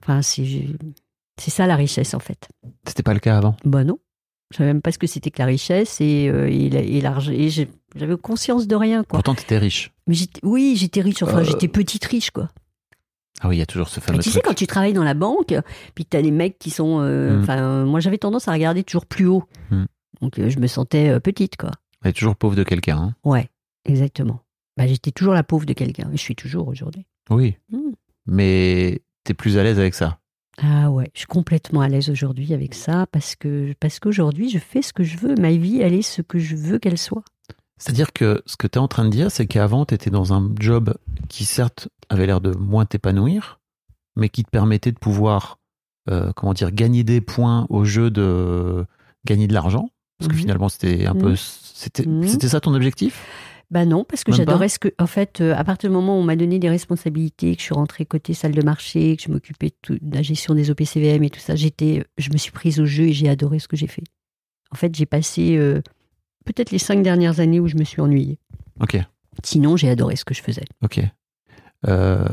Speaker 1: enfin, c'est. C'est ça la richesse, en fait.
Speaker 4: C'était pas le cas avant.
Speaker 1: Bah non. Je savais même pas ce que c'était que la richesse et, euh, et, la- et l'argent. Et j'ai- j'avais conscience de rien, quoi.
Speaker 4: Pourtant, t'étais riche.
Speaker 1: Mais j'étais- oui, j'étais riche. Enfin,
Speaker 4: Euh,
Speaker 1: j'étais petite riche, quoi.
Speaker 4: Ah oui, il y a toujours ce
Speaker 1: Mais
Speaker 4: fameux
Speaker 1: tu sais,
Speaker 4: truc.
Speaker 1: quand tu travailles dans la banque, puis que t'as des mecs qui sont. euh,
Speaker 4: Mm.
Speaker 1: Enfin, euh, moi, j'avais tendance à regarder toujours plus haut.
Speaker 4: Mm.
Speaker 1: Donc, euh, je me sentais euh, petite, quoi.
Speaker 4: On est toujours pauvre de quelqu'un. hein.
Speaker 1: Ouais, exactement. Bah, j'étais toujours la pauvre de quelqu'un. Et Je suis toujours aujourd'hui.
Speaker 4: Oui.
Speaker 1: Mm.
Speaker 4: Mais t'es plus à l'aise avec ça.
Speaker 1: Ah ouais, je suis complètement à l'aise aujourd'hui avec ça parce que parce qu'aujourd'hui je fais ce que je veux, ma vie elle est ce que je veux qu'elle soit.
Speaker 4: C'est-à-dire que ce que tu es en train de dire, c'est qu'avant, tu étais dans un job qui, certes, avait l'air de moins t'épanouir, mais qui te permettait de pouvoir, euh, comment dire, gagner des points au jeu de gagner de l'argent. Parce que
Speaker 1: Mhm.
Speaker 4: finalement, c'était un peu.
Speaker 1: Mhm.
Speaker 4: C'était
Speaker 1: Mhm.
Speaker 4: c'était ça ton objectif
Speaker 1: Bah non, parce que
Speaker 4: Même
Speaker 1: j'adorais ce que en fait euh, à partir du moment où on m'a donné des responsabilités, que je suis rentrée côté salle de marché, que je m'occupais de, tout- de la gestion des OPCVM et tout ça, j'étais je me suis prise au jeu et j'ai adoré ce que j'ai fait. En fait, j'ai passé euh, peut-être les cinq dernières années où je me suis ennuyée.
Speaker 4: Ok,
Speaker 1: Sinon, j'ai adoré ce que je faisais.
Speaker 4: ok. Euh,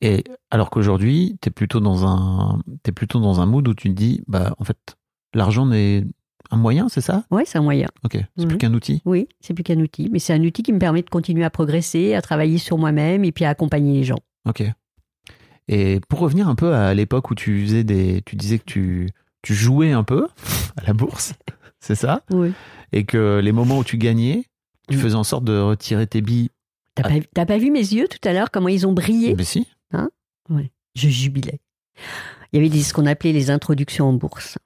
Speaker 4: et alors qu'aujourd'hui, tu es, plutôt dans un- t'es plutôt dans un mood où tu te dis, bah, en fait, l'argent n'est un moyen, c'est ça
Speaker 1: Ouais, c'est un moyen.
Speaker 4: Ok, c'est plus
Speaker 1: Mhm.
Speaker 4: qu'un outil.
Speaker 1: Oui, c'est plus qu'un outil, mais c'est un outil qui me permet de continuer à progresser, à travailler sur moi-même et puis à accompagner les gens.
Speaker 4: Ok. Et pour revenir un peu à l'époque où tu faisais des, tu disais que tu, tu jouais un peu à la bourse, c'est ça,
Speaker 1: Oui.
Speaker 4: et que les moments où tu gagnais, tu
Speaker 1: Mm.
Speaker 4: faisais en sorte de retirer tes billes.
Speaker 1: T'as
Speaker 4: Ah.
Speaker 1: pas, vu- t'as pas vu mes yeux tout à l'heure, comment ils ont brillé
Speaker 4: Mais si.
Speaker 1: Je jubilais. Il y avait des- ce qu'on appelait les introductions en bourse.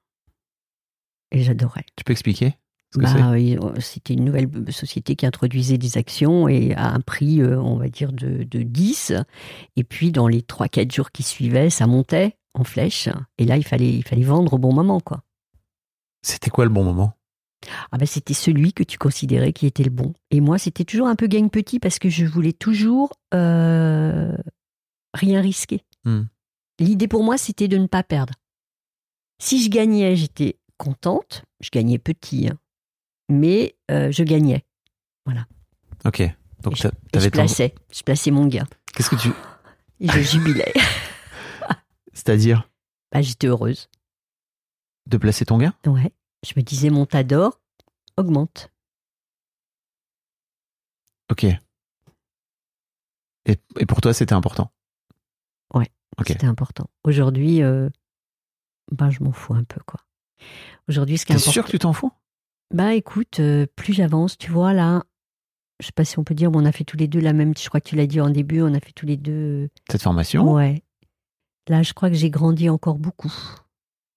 Speaker 1: Et j'adorais.
Speaker 4: Tu peux expliquer
Speaker 7: ce que c'est
Speaker 1: Bah, oui, euh, C'était une nouvelle b- société qui introduisait des actions et à un prix, euh, on va dire, de, de 10. Et puis, dans les 3-4 jours qui suivaient, ça montait en flèche. Et là, il fallait, il fallait vendre au bon moment, quoi.
Speaker 4: C'était quoi le bon moment
Speaker 1: Ah ben, c'était celui que tu considérais qui était le bon. Et moi, c'était toujours un peu gagne petit parce que je voulais toujours euh, rien risquer.
Speaker 4: Hmm.
Speaker 1: L'idée pour moi, c'était de ne pas perdre. Si je gagnais, j'étais contente. Je gagnais petit, hein. mais euh, je gagnais.
Speaker 4: Ok. Donc,
Speaker 1: Je-
Speaker 4: t'a-
Speaker 1: Et je
Speaker 4: t'avais tendance-
Speaker 1: plaçais, je plaçais mon gain.
Speaker 4: Qu'est-ce que tu.
Speaker 1: Et je jubilais.
Speaker 4: C'est-à-dire
Speaker 1: Bah, j'étais heureuse.
Speaker 4: de placer ton gain
Speaker 1: Ouais. Je me disais, mon tas d'or augmente.
Speaker 4: Ok. Et, et pour toi, c'était important. Ok.
Speaker 1: C'était important. Aujourd'hui, euh, bah, je m'en fous un peu, quoi. Aujourd'hui, ce qui est
Speaker 4: T'es
Speaker 1: important.
Speaker 4: sûr que tu t'en fous
Speaker 1: Bah écoute, euh, plus j'avance, tu vois, là, je sais pas si on peut dire, mais on a fait tous les deux la même, je crois que tu l'as dit en début, on a fait tous les deux.
Speaker 4: Cette formation
Speaker 1: Ouais. Là, je crois que j'ai grandi encore beaucoup.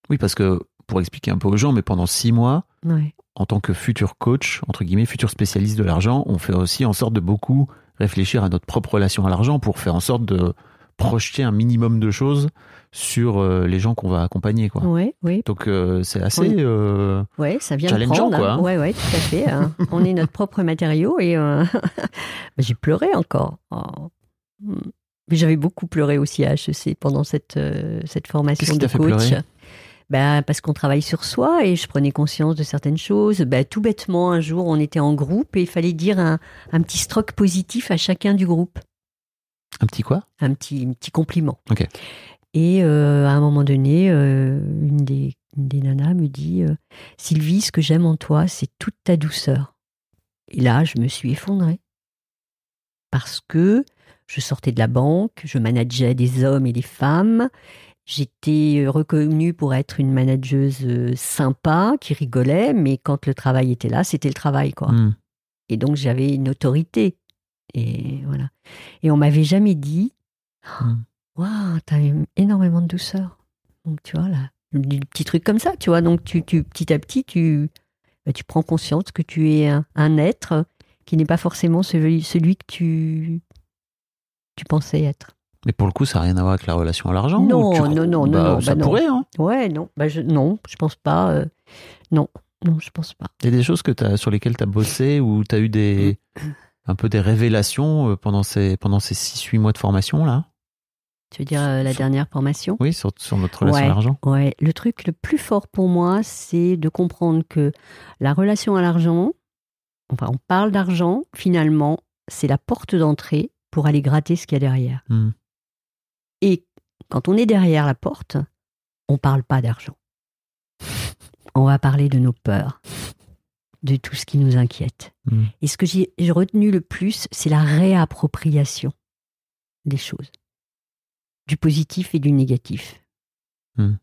Speaker 4: Oui, parce que pour expliquer un peu aux gens, mais pendant six mois,
Speaker 1: Ouais.
Speaker 4: en tant que futur coach, entre guillemets, futur spécialiste de l'argent, on fait aussi en sorte de beaucoup réfléchir à notre propre relation à l'argent pour faire en sorte de projeter un minimum de choses sur euh, les gens qu'on va accompagner. Quoi.
Speaker 1: Ouais, oui.
Speaker 4: Donc euh, c'est assez...
Speaker 1: Oui.
Speaker 4: euh,
Speaker 1: Ouais, ça vient de
Speaker 4: Challengeant,
Speaker 1: prendre. hein.
Speaker 4: quoi, hein.
Speaker 1: Ouais, ouais, tout à fait. hein. on est notre propre matériau et euh, bah, j'ai pleuré encore. Oh. Mm. Mais j'avais beaucoup pleuré aussi à HEC pendant cette, euh, cette
Speaker 4: Qu'est-ce
Speaker 1: formation
Speaker 4: qui
Speaker 1: de
Speaker 4: t'a fait
Speaker 1: coach.
Speaker 4: pleurer
Speaker 1: Bah, parce qu'on travaille sur soi et je prenais conscience de certaines choses. Bah, tout bêtement, un jour, on était en groupe et il fallait dire un, un petit stroke positif à chacun du groupe,
Speaker 4: un petit quoi
Speaker 1: un petit, un petit compliment.
Speaker 4: Ok.
Speaker 1: Et euh, à un moment donné, euh, une, des, une des nanas me dit euh, Sylvie, ce que j'aime en toi, c'est toute ta douceur. Et là, je me suis effondrée. Parce que je sortais de la banque, je manageais des hommes et des femmes. J'étais euh, reconnue pour être une manageuse euh, sympa, qui rigolait, mais quand le travail était là, c'était le travail, quoi.
Speaker 4: Hmm.
Speaker 1: Et donc, j'avais une autorité. Et voilà. Et on m'avait jamais dit
Speaker 4: Mm.
Speaker 1: Waouh, t'as eu énormément de douceur. Donc, tu vois, là, des petits trucs comme ça, tu vois. Donc, tu, tu- petit à petit, tu, bah, tu prends conscience que tu es un, un être qui n'est pas forcément celui, celui que tu, tu pensais être.
Speaker 4: Mais pour le coup, ça n'a rien à voir avec la relation à l'argent ou
Speaker 1: Non,
Speaker 4: tu
Speaker 1: non,
Speaker 4: crois-
Speaker 1: non, non,
Speaker 4: Bah,
Speaker 1: non,
Speaker 4: Ça
Speaker 1: bah non.
Speaker 4: pourrait, hein.
Speaker 1: Ouais, non, bah je, non, je pense pas. euh, non, non, je pense pas.
Speaker 4: Il y a des choses que t'as- sur lesquelles tu as bossé ou tu as eu des, un peu des révélations euh, pendant ces, pendant ces 6-8 mois de formation, là
Speaker 1: Tu veux dire euh, la
Speaker 4: Sur-
Speaker 1: dernière formation
Speaker 4: Oui, sur, sur notre relation à l'argent
Speaker 1: Ouais, le truc le plus fort pour moi, c'est de comprendre que la relation à l'argent, enfin, on parle d'argent, finalement, c'est la porte d'entrée pour aller gratter ce qu'il y a derrière.
Speaker 4: Hmm.
Speaker 1: Et quand on est derrière la porte, on parle pas d'argent. On va parler de nos peurs, de tout ce qui nous inquiète.
Speaker 4: Mm.
Speaker 1: Et ce que j'ai j'ai retenu le plus, c'est la réappropriation des choses, du positif et du négatif.
Speaker 4: Mm.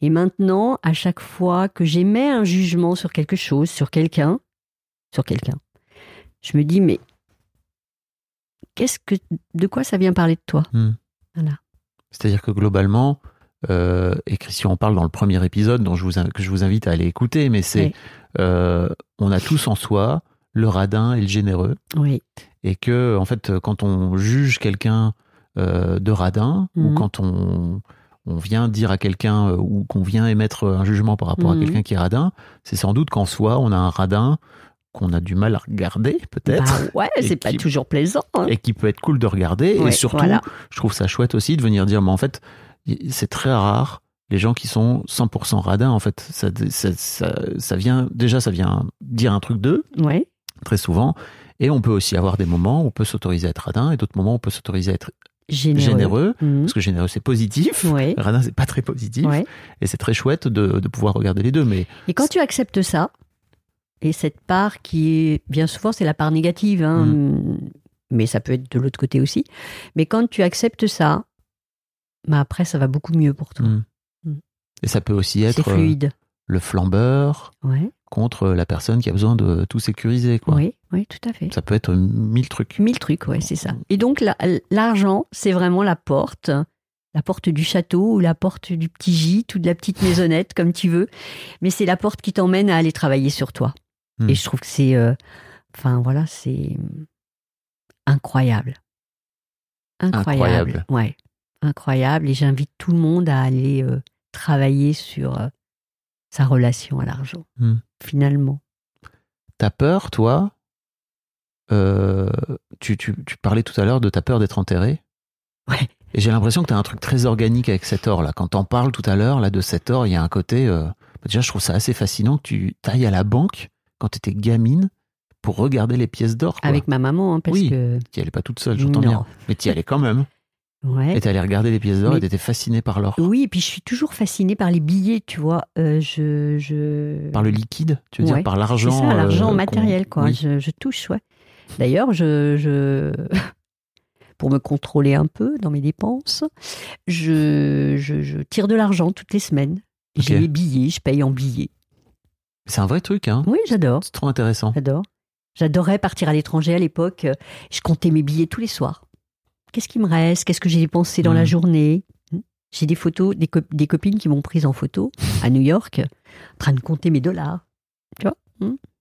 Speaker 1: Et maintenant, à chaque fois que j'émets un jugement sur quelque chose, sur quelqu'un, sur quelqu'un, je me dis mais qu'est-ce que, de quoi ça vient parler de toi
Speaker 4: C'est-à-dire que globalement, euh, et Christian en parle dans le premier épisode dont je vous, in- que je vous invite à aller écouter, mais c'est
Speaker 1: Oui.
Speaker 4: euh, on a tous en soi le radin et le généreux,
Speaker 1: Oui,
Speaker 4: et que en fait, quand on juge quelqu'un euh, de radin, ou
Speaker 1: Mhm.
Speaker 4: quand on, on vient dire à quelqu'un, euh, ou qu'on vient émettre un jugement par rapport à
Speaker 1: Mhm.
Speaker 4: quelqu'un qui est radin, c'est sans doute qu'en soi, on a un radin qu'on a du mal à regarder, peut-être.
Speaker 1: Bah ouais,
Speaker 4: Et
Speaker 1: c'est pas
Speaker 4: qui-
Speaker 1: toujours plaisant. hein.
Speaker 4: et qui peut être cool de regarder.
Speaker 1: Ouais,
Speaker 4: et surtout,
Speaker 1: voilà.
Speaker 4: je trouve ça chouette aussi de venir dire, mais en fait, y- c'est très rare les gens qui sont 100% radins. En fait, ça, ça, ça, ça vient, déjà, ça vient dire un truc d'eux,
Speaker 1: Ouais,
Speaker 4: très souvent. Et on peut aussi avoir des moments où on peut s'autoriser à être radin et d'autres moments où on peut s'autoriser à être
Speaker 1: généreux.
Speaker 4: généreux.
Speaker 1: Mhm.
Speaker 4: Parce que généreux, c'est positif.
Speaker 1: Ouais.
Speaker 4: Radin, c'est pas très positif.
Speaker 1: Ouais.
Speaker 4: Et c'est très chouette de, de pouvoir regarder les deux. Mais
Speaker 1: Et quand tu acceptes ça, et cette part qui est, bien souvent, c'est la part négative, hein,
Speaker 4: Mmh.
Speaker 1: mais ça peut être de l'autre côté aussi. Mais quand tu acceptes ça, bah après, ça va beaucoup mieux pour toi.
Speaker 4: Mm. et ça peut aussi
Speaker 1: C'est
Speaker 4: être euh,
Speaker 1: fluide.
Speaker 4: le flambeur
Speaker 1: Ouais.
Speaker 4: contre la personne qui a besoin de tout sécuriser. Quoi.
Speaker 1: Oui, oui, tout à fait.
Speaker 4: Ça peut être mille trucs.
Speaker 1: Mille trucs, ouais, c'est ça. Et donc, la- l'argent, c'est vraiment la porte, la porte du château ou la porte du petit gîte ou de la petite maisonnette, comme tu veux. Mais c'est la porte qui t'emmène à aller travailler sur toi.
Speaker 8: Hmm.
Speaker 1: Et je trouve que c'est, euh, enfin voilà, c'est incroyable. Incroyable.
Speaker 8: Incroyable.
Speaker 1: Ouais, incroyable. Et j'invite tout le monde à aller euh, travailler sur euh, sa relation à l'argent,
Speaker 8: Hmm.
Speaker 1: finalement.
Speaker 4: T'as peur, toi euh, tu, tu- tu parlais tout à l'heure de ta peur d'être enterré.
Speaker 1: Ouais.
Speaker 4: Et j'ai l'impression que t'as un truc très organique avec cet or là. Quand t'en parles tout à l'heure, là, de cet or, il y a un côté. euh, Déjà, je trouve ça assez fascinant que tu ailles à la banque quand t'étais gamine pour regarder les pièces d'or. quoi.
Speaker 1: Avec ma maman, hein, parce
Speaker 4: Oui.
Speaker 1: que.
Speaker 4: T'y allais pas toute seule, j'entends
Speaker 1: Non.
Speaker 4: bien. Mais t'y allais quand même.
Speaker 1: Ouais.
Speaker 4: Et t'allais regarder les pièces d'or
Speaker 1: Mais-
Speaker 4: et t'étais fasciné par l'or.
Speaker 1: Oui, et puis je suis toujours fascinée par les billets, tu vois. Euh, je, je...
Speaker 4: Par le liquide, tu veux
Speaker 1: Ouais.
Speaker 4: dire, par
Speaker 1: C'est
Speaker 4: l'argent.
Speaker 1: ça, l'argent
Speaker 4: euh, qu'on-
Speaker 1: matériel, quoi.
Speaker 4: Oui.
Speaker 1: Je, je touche, ouais. D'ailleurs, je, je... pour me contrôler un peu dans mes dépenses, je, je, je tire de l'argent toutes les semaines. Et J'ai
Speaker 4: Ok.
Speaker 1: mes billets, je paye en billets.
Speaker 4: C'est un vrai truc, hein.
Speaker 1: Oui, j'adore,
Speaker 4: C'est trop intéressant.
Speaker 1: j'adore. J'adorais partir à l'étranger à l'époque. Je comptais mes billets tous les soirs. Qu'est-ce qui me reste Qu'est-ce que j'ai dépensé dans la
Speaker 4: Mhm.
Speaker 1: journée J'ai des photos, des, co- des copines qui m'ont prise en photo à New York, en train de compter mes dollars.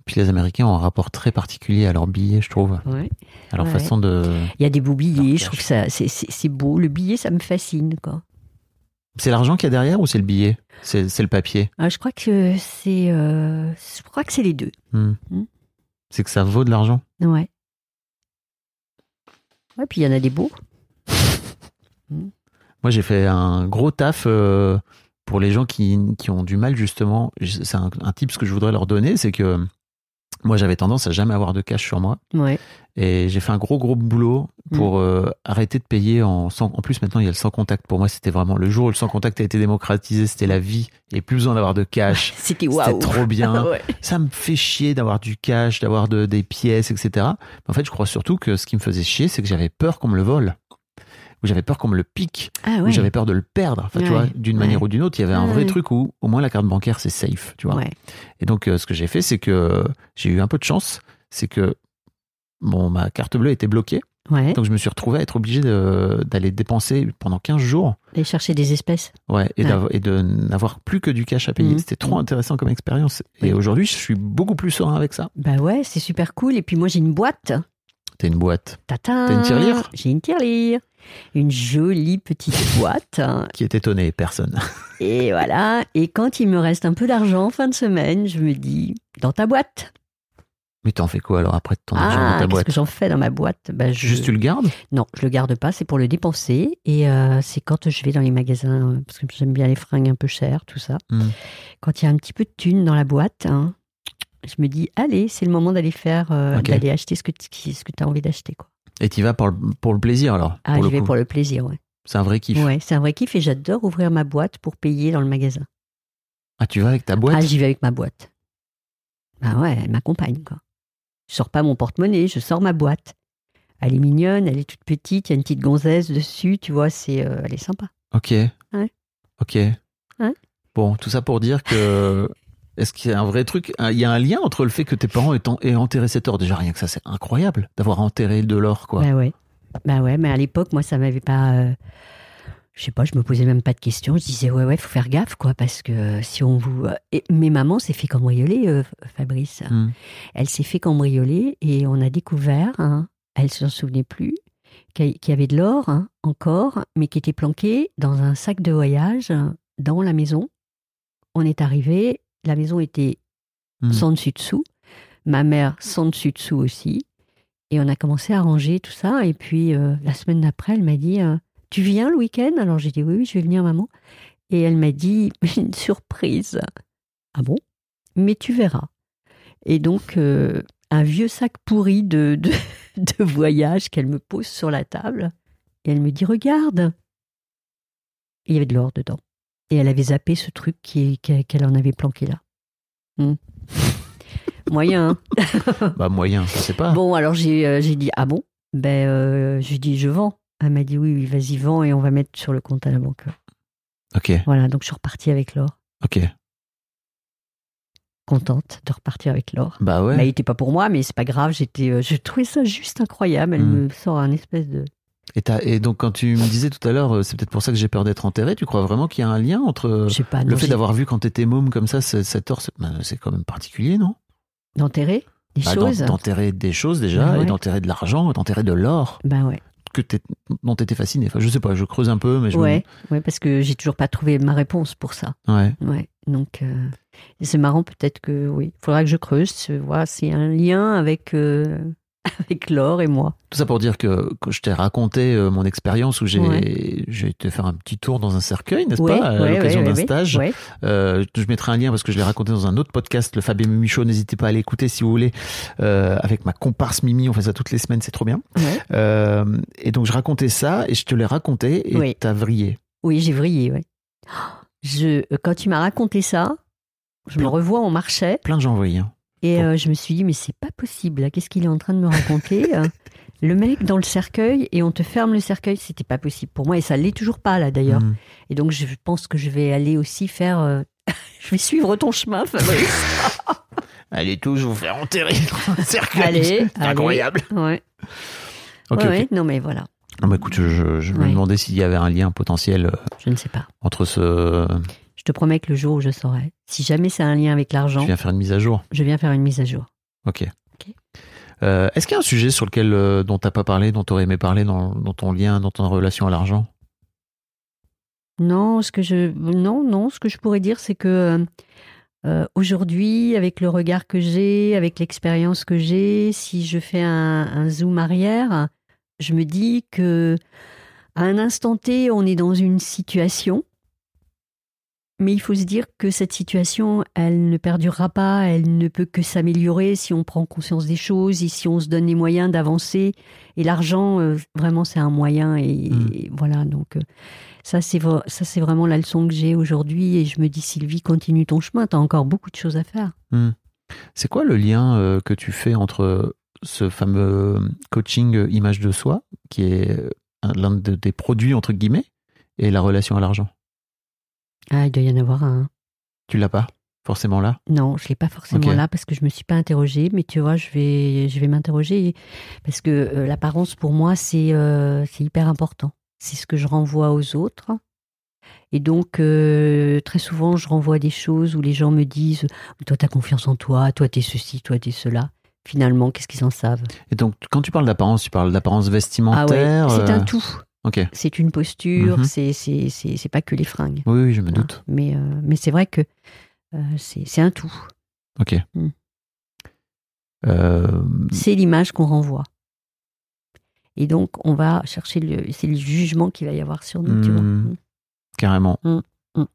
Speaker 4: Puis les Américains ont un rapport très particulier à leurs billets, je trouve.
Speaker 1: Ouais.
Speaker 4: À leur
Speaker 1: Ouais.
Speaker 4: façon de.
Speaker 1: Il y a des beaux billets,
Speaker 4: Leur
Speaker 1: je trouve
Speaker 4: cache.
Speaker 1: que ça, c'est, c'est- c'est beau. Le billet, ça me fascine, quoi.
Speaker 4: C'est l'argent qu'il y a derrière ou c'est le billet C'est c'est le papier.
Speaker 1: Ah, je crois que c'est, euh, je crois que c'est les deux.
Speaker 4: Hmm.
Speaker 1: Hmm.
Speaker 4: C'est que ça vaut de l'argent.
Speaker 1: Ouais. Ouais, puis il y en a des beaux.
Speaker 4: Moi, j'ai fait un gros taf euh, pour les gens qui, qui ont du mal, justement. Je- C'est un, un tips que je voudrais leur donner c'est que moi, j'avais tendance à jamais avoir de cash sur moi.
Speaker 1: Ouais.
Speaker 4: Et j'ai fait un gros, gros boulot
Speaker 1: Hmm.
Speaker 4: pour euh, arrêter de payer en sans. En plus, maintenant, il y a le sans contact. Pour moi, c'était vraiment le jour où le sans contact a été démocratisé. C'était la vie. Il n'y a plus besoin d'avoir de cash.
Speaker 1: C'était
Speaker 4: C'était
Speaker 1: waouh.
Speaker 4: trop bien.
Speaker 1: Ouais.
Speaker 4: ça me fait chier d'avoir du cash, d'avoir de- des pièces, etc. Mais en fait, je crois surtout que ce qui me faisait chier, c'est que j'avais peur qu'on me le vole. Ou j'avais peur qu'on me le pique.
Speaker 1: Ah
Speaker 4: Ou
Speaker 1: ouais.
Speaker 4: j'avais peur de le perdre. Enfin, tu
Speaker 1: Ouais.
Speaker 4: vois, d'une manière
Speaker 1: Ouais.
Speaker 4: ou d'une autre, il y avait un
Speaker 1: Ah
Speaker 4: vrai
Speaker 1: ouais.
Speaker 4: truc où, au moins, la carte bancaire, c'est safe, tu vois.
Speaker 1: Ouais.
Speaker 4: Et donc, euh, ce que j'ai fait, c'est que j'ai eu un peu de chance. C'est que bon, ma carte bleue était bloquée.
Speaker 1: Ouais.
Speaker 4: Donc, je me suis retrouvé à être obligé de- d'aller dépenser pendant 15 jours.
Speaker 1: Et chercher des espèces.
Speaker 4: Ouais, et,
Speaker 1: Ouais.
Speaker 4: d'av- et de n'avoir plus que du cash à payer.
Speaker 1: Mhm.
Speaker 4: C'était trop intéressant comme expérience. Et
Speaker 1: Oui.
Speaker 4: aujourd'hui, je suis beaucoup plus serein avec ça.
Speaker 1: Bah ouais, c'est super cool. Et puis moi, j'ai une boîte.
Speaker 4: T'es une boîte.
Speaker 1: Tatin.
Speaker 4: T'as une tirelire
Speaker 1: J'ai une tirelire. Une jolie petite boîte.
Speaker 4: qui est étonné, personne.
Speaker 1: Et voilà. Et quand il me reste un peu d'argent fin de semaine, je me dis, dans ta boîte.
Speaker 4: Mais t'en fais quoi alors après ton argent dans
Speaker 1: Ah,
Speaker 4: ta
Speaker 1: qu'est-ce
Speaker 4: boîte
Speaker 1: que j'en fais dans ma boîte Bah, je-
Speaker 4: Juste tu le gardes
Speaker 1: Non, je le garde pas, c'est pour le dépenser. Et euh, c'est quand je vais dans les magasins, euh, parce que j'aime bien les fringues un peu chères, tout ça.
Speaker 4: Mm.
Speaker 1: Quand il y a un petit peu de thune dans la boîte, hein, je me dis, allez, c'est le moment d'aller faire, euh,
Speaker 4: Ok.
Speaker 1: d'aller acheter ce que tu as envie d'acheter. Quoi.
Speaker 4: Et t'y vas pour le, pour le plaisir alors
Speaker 1: Ah,
Speaker 4: pour
Speaker 1: je
Speaker 4: le
Speaker 1: vais
Speaker 4: coup.
Speaker 1: pour le plaisir, ouais.
Speaker 4: C'est un vrai kiff.
Speaker 1: Ouais, c'est un vrai kiff et j'adore ouvrir ma boîte pour payer dans le magasin.
Speaker 4: Ah, tu vas avec ta boîte
Speaker 1: Ah, j'y vais avec ma boîte. Bah ouais, elle m'accompagne, quoi. Je sors pas mon porte-monnaie, je sors ma boîte. Elle est mignonne, elle est toute petite, il y a une petite gonzesse dessus, tu vois, c'est, euh, elle est sympa.
Speaker 4: Ok. Ok. Bon, tout ça pour dire que. Est-ce qu'il y a un vrai truc Ah, Il y a un lien entre le fait que tes parents aient, en- aient enterré cet or. Déjà, rien que ça, c'est incroyable d'avoir enterré de l'or, quoi.
Speaker 1: Bah ouais. Bah ouais, mais à l'époque, moi, ça m'avait pas. euh, Je sais pas, je me posais même pas de questions. Je disais, ouais, ouais, faut faire gaffe, quoi, parce que euh, si on vous. euh, Et, mais maman s'est fait cambrioler, euh, Fabrice.
Speaker 4: Hmm.
Speaker 1: Elle s'est fait cambrioler et on a découvert, hein, elle s'en souvenait plus, qu'il y qu'il y avait de l'or hein, encore, mais qui était planqué dans un sac de voyage hein, dans la maison. On est arrivé, la maison était
Speaker 4: Hmm.
Speaker 1: sans dessus dessous, ma mère sans dessus dessous aussi, et on a commencé à ranger tout ça. Et puis euh, la semaine d'après, elle m'a dit euh, Tu viens le week-end Alors j'ai dit Oui, oui, je vais venir, maman. Et elle m'a dit Une surprise. Ah bon Mais tu verras. Et donc, euh, un vieux sac pourri de, de, de voyage qu'elle me pose sur la table. Et elle me dit Regarde Et Il y avait de l'or dedans. Et elle avait zappé ce truc qui- qui- qu'elle en avait planqué là. Hmm. Moyen. hein.
Speaker 4: Bah, moyen, je sais pas.
Speaker 1: Bon, alors j'ai euh, j'ai dit Ah bon Ben, euh, je lui ai dit Je vends. Elle m'a dit Oui, oui, vas-y, vends et on va mettre sur le compte à la banque.
Speaker 4: Ok,
Speaker 1: Voilà, donc je suis repartie avec l'or.
Speaker 4: ok.
Speaker 1: Contente de repartir avec l'or.
Speaker 4: Bah
Speaker 1: Là, il
Speaker 4: ouais.
Speaker 1: n'était pas pour moi, mais c'est pas grave. J'étais, euh, je trouvais ça juste incroyable. Elle
Speaker 4: Mm.
Speaker 1: me sort un espèce de.
Speaker 4: Et, t'as- et donc, quand tu me disais tout à l'heure, euh, c'est peut-être pour ça que j'ai peur d'être enterré, tu crois vraiment qu'il y a un lien entre. euh,
Speaker 1: Je sais pas.
Speaker 4: Le
Speaker 1: non,
Speaker 4: fait
Speaker 1: j'ai-
Speaker 4: bah, d'avoir vu quand t'étais môme comme ça, c'est- cet or, c'est ben, c'est quand même particulier, non
Speaker 1: d'enterrer des
Speaker 4: Bah, d'en-
Speaker 1: choses.
Speaker 4: D'enterrer des choses déjà,
Speaker 1: Bah Ouais, ouais.
Speaker 4: et d'enterrer de l'argent, d'enterrer de l'or
Speaker 1: Bah ouais.
Speaker 4: que t'es- dont tu étais fasciné. Enfin, je sais pas, je creuse un peu, mais je me-
Speaker 1: Ouais, ouais, parce que j'ai toujours pas trouvé ma réponse pour ça.
Speaker 4: Ouais.
Speaker 1: Ouais. Donc, euh, et c'est marrant, peut-être que oui. Il faudra que je creuse, euh, voir s'il y a un lien avec, euh, avec Laure et moi.
Speaker 4: Tout ça pour dire que, que je t'ai raconté euh, mon expérience où j'ai
Speaker 1: Ouais.
Speaker 4: j'ai été faire un petit tour dans un cercueil, n'est-ce
Speaker 1: Ouais,
Speaker 4: pas, à
Speaker 1: ouais,
Speaker 4: l'occasion
Speaker 1: ouais,
Speaker 4: d'un
Speaker 1: ouais,
Speaker 4: stage.
Speaker 1: ouais.
Speaker 4: Euh, je mettrai un lien parce que je l'ai raconté dans un autre podcast, le Fabien Mimichaud. N'hésitez pas à l'écouter si vous voulez. Euh, avec ma comparse Mimi, on fait ça toutes les semaines, c'est trop bien.
Speaker 1: Ouais.
Speaker 4: Euh, et donc je racontais ça et je te l'ai raconté et
Speaker 1: Oui.
Speaker 4: t'as vrillé.
Speaker 1: Oui, j'ai vrillé, ouais. Je, euh, quand tu m'as raconté ça, je me
Speaker 4: Plein-
Speaker 1: revois, on marchait,
Speaker 4: Plein de gens vrillent. hein.
Speaker 1: et euh, je me suis dit, mais c'est pas possible, là. qu'est-ce qu'il est en train de me raconter euh, Le mec dans le cercueil, et on te ferme le cercueil, c'était pas possible pour moi, et ça l'est toujours pas, là, d'ailleurs.
Speaker 4: Mhm.
Speaker 1: Et donc, je pense que je vais aller aussi faire. euh, je vais suivre ton chemin, Fabrice.
Speaker 4: Allez tous, je vais vous faire enterrer dans un cercueil.
Speaker 1: Allez,
Speaker 4: C'est
Speaker 1: allez.
Speaker 4: incroyable.
Speaker 1: ouais.
Speaker 4: Ok,
Speaker 1: Ouais,
Speaker 4: ok.
Speaker 1: ouais. Non, mais voilà,
Speaker 4: Non, mais écoute, je, je- je me
Speaker 1: Ouais.
Speaker 4: demandais s'il y avait un lien potentiel euh,
Speaker 1: je ne sais pas.
Speaker 4: entre ce.
Speaker 1: Je te promets que le jour où je saurai, si jamais c'est un lien avec l'argent,
Speaker 4: Tu viens faire une mise à jour.
Speaker 1: je viens faire une mise à jour.
Speaker 4: Ok.
Speaker 1: Ok.
Speaker 4: Euh, Est-ce qu'il y a un sujet sur lequel euh, dont t'as pas parlé, dont t'aurais aimé parler dans, dans ton lien, dans ta relation à l'argent
Speaker 1: Non, ce que je non non, ce que je pourrais dire, c'est que euh, euh, aujourd'hui, avec le regard que j'ai, avec l'expérience que j'ai, si je fais un, un zoom arrière, je me dis que à un instant T, on est dans une situation, mais il faut se dire que cette situation, elle ne perdurera pas, elle ne peut que s'améliorer si on prend conscience des choses, et si on se donne les moyens d'avancer. Et l'argent, euh, vraiment, c'est un moyen. Et,
Speaker 4: Mm.
Speaker 1: et voilà, donc. euh, ça, c'est vra- ça, c'est vraiment la leçon que j'ai aujourd'hui. Et je me dis, Sylvie, continue ton chemin. T'as encore beaucoup de choses à faire.
Speaker 4: C'est quoi le lien euh, que tu fais entre ce fameux coaching euh, image de soi, qui est euh, un- l'un de- des produits entre guillemets, et la relation à l'argent
Speaker 1: Ah, il doit y en avoir un.
Speaker 4: Tu l'as pas forcément là
Speaker 1: Non, je l'ai pas forcément
Speaker 4: Ok.
Speaker 1: là parce que je me suis pas interrogée. Mais tu vois, je vais, je vais m'interroger parce que euh, l'apparence pour moi, c'est, euh, c'est hyper important. C'est ce que je renvoie aux autres. Et donc, euh, très souvent, je renvoie des choses où les gens me disent Toi, t'as confiance en toi, toi, t'es ceci, toi, t'es cela. Finalement, qu'est-ce qu'ils en savent
Speaker 4: Et donc, quand tu parles d'apparence, tu parles d'apparence
Speaker 1: Ah ouais,
Speaker 4: vestimentaire.
Speaker 1: c'est
Speaker 4: euh,
Speaker 1: un tout.
Speaker 4: Ok.
Speaker 1: c'est une posture,
Speaker 4: Mhm.
Speaker 1: c'est- c'est c'est c'est pas que les fringues.
Speaker 4: Oui, oui, je me doute.
Speaker 1: hein. Mais, euh, mais c'est vrai que euh, c'est c'est un tout.
Speaker 4: Ok.
Speaker 1: Mm.
Speaker 4: Euh,
Speaker 1: C'est l'image qu'on renvoie. Et donc, on va chercher le. C'est le jugement qu'il va y avoir sur nous, tu vois.
Speaker 4: Mhm.
Speaker 1: Mm.
Speaker 4: carrément.
Speaker 1: Mm, mm, mm.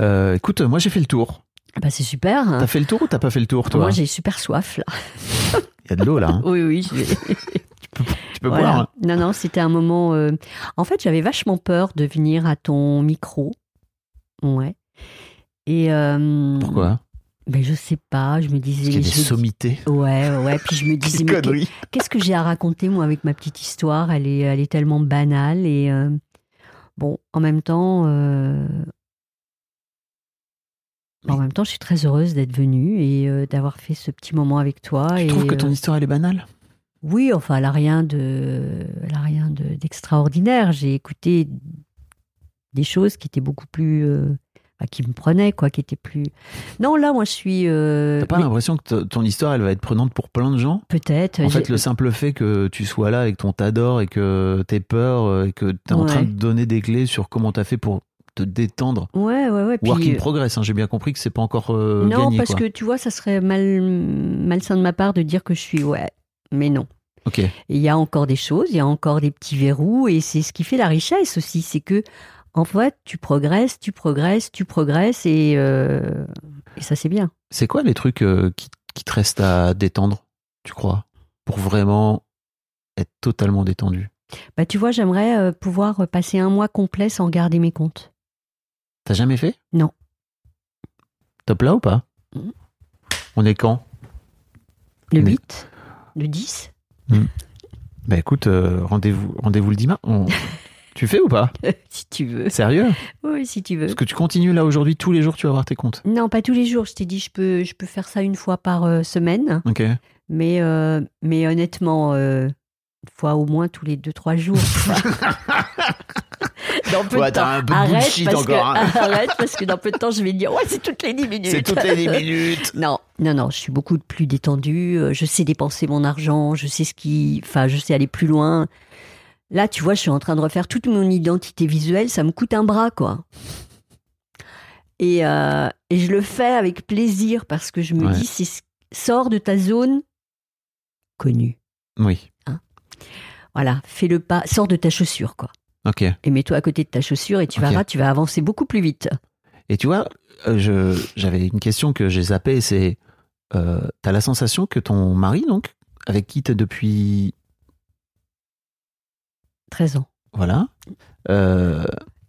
Speaker 4: Euh, écoute, moi j'ai fait le tour.
Speaker 1: Ah Bah, c'est super. hein.
Speaker 4: T'as fait le tour ou t'as pas fait le tour, toi Hein.
Speaker 1: Moi, j'ai super soif, là.
Speaker 4: Il y a de l'eau là. hein.
Speaker 1: Oui, oui. je vais-
Speaker 4: Tu peux
Speaker 1: Voilà.
Speaker 4: boire. hein.
Speaker 1: Non, non, c'était un moment. euh, En fait, j'avais vachement peur de venir à ton micro. Ouais. Et. euh,
Speaker 4: Pourquoi
Speaker 1: Ben, je sais pas. Je me disais.
Speaker 4: Parce qu'il y a des
Speaker 1: je me dis-
Speaker 4: sommités.
Speaker 1: Ouais, ouais, ouais. Puis je me disais,
Speaker 4: Quelle
Speaker 1: mais
Speaker 4: connerie.
Speaker 1: Qu'est-ce que j'ai à raconter, moi, avec ma petite histoire elle est, elle est tellement banale. Et euh, bon, en même temps, euh, en même temps, je suis très heureuse d'être venue et euh, d'avoir fait ce petit moment avec toi.
Speaker 4: Tu
Speaker 1: et,
Speaker 4: trouves que ton
Speaker 1: euh,
Speaker 4: histoire elle est banale
Speaker 1: oui, enfin, elle n'a rien de, elle a rien de- d'extraordinaire. j'ai écouté des choses qui étaient beaucoup plus, euh, enfin, qui me prenaient, quoi, qui étaient plus. Non, là, moi, je suis euh,
Speaker 4: T'as pas
Speaker 1: mais
Speaker 4: l'impression que t- ton histoire elle va être prenante pour plein de gens
Speaker 1: peut-être.
Speaker 4: En
Speaker 1: j'ai-
Speaker 4: fait, le simple fait que tu sois là et que ton t'adore et que t'es peur euh, et que t'es en
Speaker 1: Ouais.
Speaker 4: train de donner des clés sur comment t'as fait pour te détendre.
Speaker 1: Ouais, ouais, ouais. puis,
Speaker 4: Work in
Speaker 1: euh,
Speaker 4: progress, hein, j'ai bien compris que c'est pas encore euh,
Speaker 1: Non,
Speaker 4: gagné.
Speaker 1: parce
Speaker 4: quoi.
Speaker 1: que tu vois, ça serait mal, malsain de ma part de dire que je suis ouais, mais non.
Speaker 4: Ok.
Speaker 1: Il y a encore des choses, il y a encore des petits verrous, et c'est ce qui fait la richesse aussi, c'est que en fait, tu progresses, tu progresses, tu progresses, et, euh, et ça c'est bien.
Speaker 4: C'est quoi les trucs euh, qui, qui te restent à détendre, tu crois Pour vraiment être totalement détendu.
Speaker 1: Bah tu vois, j'aimerais euh, pouvoir passer un mois complet sans garder mes comptes.
Speaker 4: T'as jamais fait
Speaker 1: Non.
Speaker 4: Top là ou pas
Speaker 1: Mhm.
Speaker 4: On est quand
Speaker 1: Le
Speaker 4: Mais-
Speaker 1: 8, le 10,
Speaker 4: Bah écoute, euh, rendez-vous rendez le dimanche. On- tu fais ou pas
Speaker 1: si tu veux.
Speaker 4: Sérieux
Speaker 1: Oui, si tu veux.
Speaker 4: Parce que tu continues là aujourd'hui, tous les jours tu vas voir tes comptes.
Speaker 1: Non, pas tous les jours. Je t'ai dit, je peux, je peux faire ça une fois par euh, semaine.
Speaker 4: Ok.
Speaker 1: Mais, euh, mais honnêtement, euh, une fois au moins tous les 2-3 jours. dans peu
Speaker 4: Ouais,
Speaker 1: de temps.
Speaker 4: t'as un peu de
Speaker 1: arrête,
Speaker 4: bullshit
Speaker 1: parce
Speaker 4: encore, hein.
Speaker 1: que, arrête, parce que dans peu de temps, je vais dire Ouais, c'est toutes les 10 minutes.
Speaker 4: C'est toutes les 10 minutes
Speaker 1: Non, Non, non, je suis beaucoup plus détendue. euh, Je sais dépenser mon argent. Je sais ce qui. Enfin, je sais aller plus loin. Là, tu vois, je suis en train de refaire toute mon identité visuelle. Ça me coûte un bras, quoi. Et, euh, et je le fais avec plaisir parce que je me
Speaker 4: Ouais.
Speaker 1: dis, c'est ce- sors de ta zone connue.
Speaker 4: Oui.
Speaker 1: Voilà, fais le pas, sors de ta chaussure, quoi.
Speaker 4: Ok.
Speaker 1: Et mets-toi à côté de ta chaussure et tu
Speaker 4: Ok.
Speaker 1: verras, tu vas avancer beaucoup plus vite.
Speaker 4: Et tu vois, euh, je- j'avais une question que j'ai zappée, c'est euh, t'as la sensation que ton mari, donc, avec qui t'es depuis,
Speaker 1: 13 ans.
Speaker 4: voilà, euh,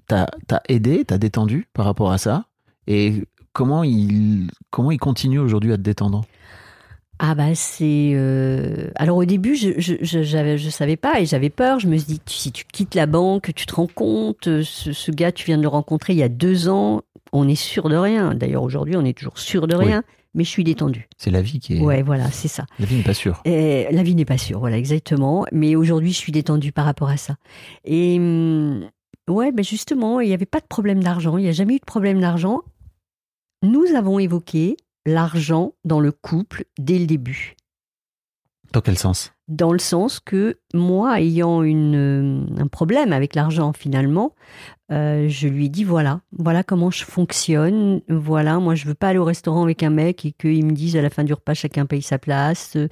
Speaker 4: t'as t'as aidé, t'as détendu par rapport à ça, et comment il comment il continue aujourd'hui à te détendre
Speaker 1: Ah bah c'est... euh, Alors au début, je je, je, j'avais- je savais pas et j'avais peur. Je me suis dit, tu- si tu quittes la banque, tu te rends compte, euh, ce, ce gars, tu viens de le rencontrer il y a deux ans, on est sûr de rien. D'ailleurs aujourd'hui, on est toujours sûr de
Speaker 4: Oui.
Speaker 1: rien, mais je suis détendue.
Speaker 4: C'est la vie qui est,
Speaker 1: Ouais, voilà, c'est ça.
Speaker 4: la vie n'est pas sûre.
Speaker 1: Euh, la vie n'est pas sûre, voilà, exactement. Mais aujourd'hui, je suis détendue par rapport à ça. Et hum, ouais, ben justement, il n'y avait pas de problème d'argent. Il n'y a jamais eu de problème d'argent. Nous avons évoqué l'argent dans le couple dès le début.
Speaker 4: Dans quel sens
Speaker 1: Dans le sens que moi, ayant une, euh, un problème avec l'argent finalement, euh, je lui ai dit voilà, voilà comment je fonctionne, voilà, moi je veux pas aller au restaurant avec un mec et qu'il me dise à la fin du repas chacun paye sa place. Euh,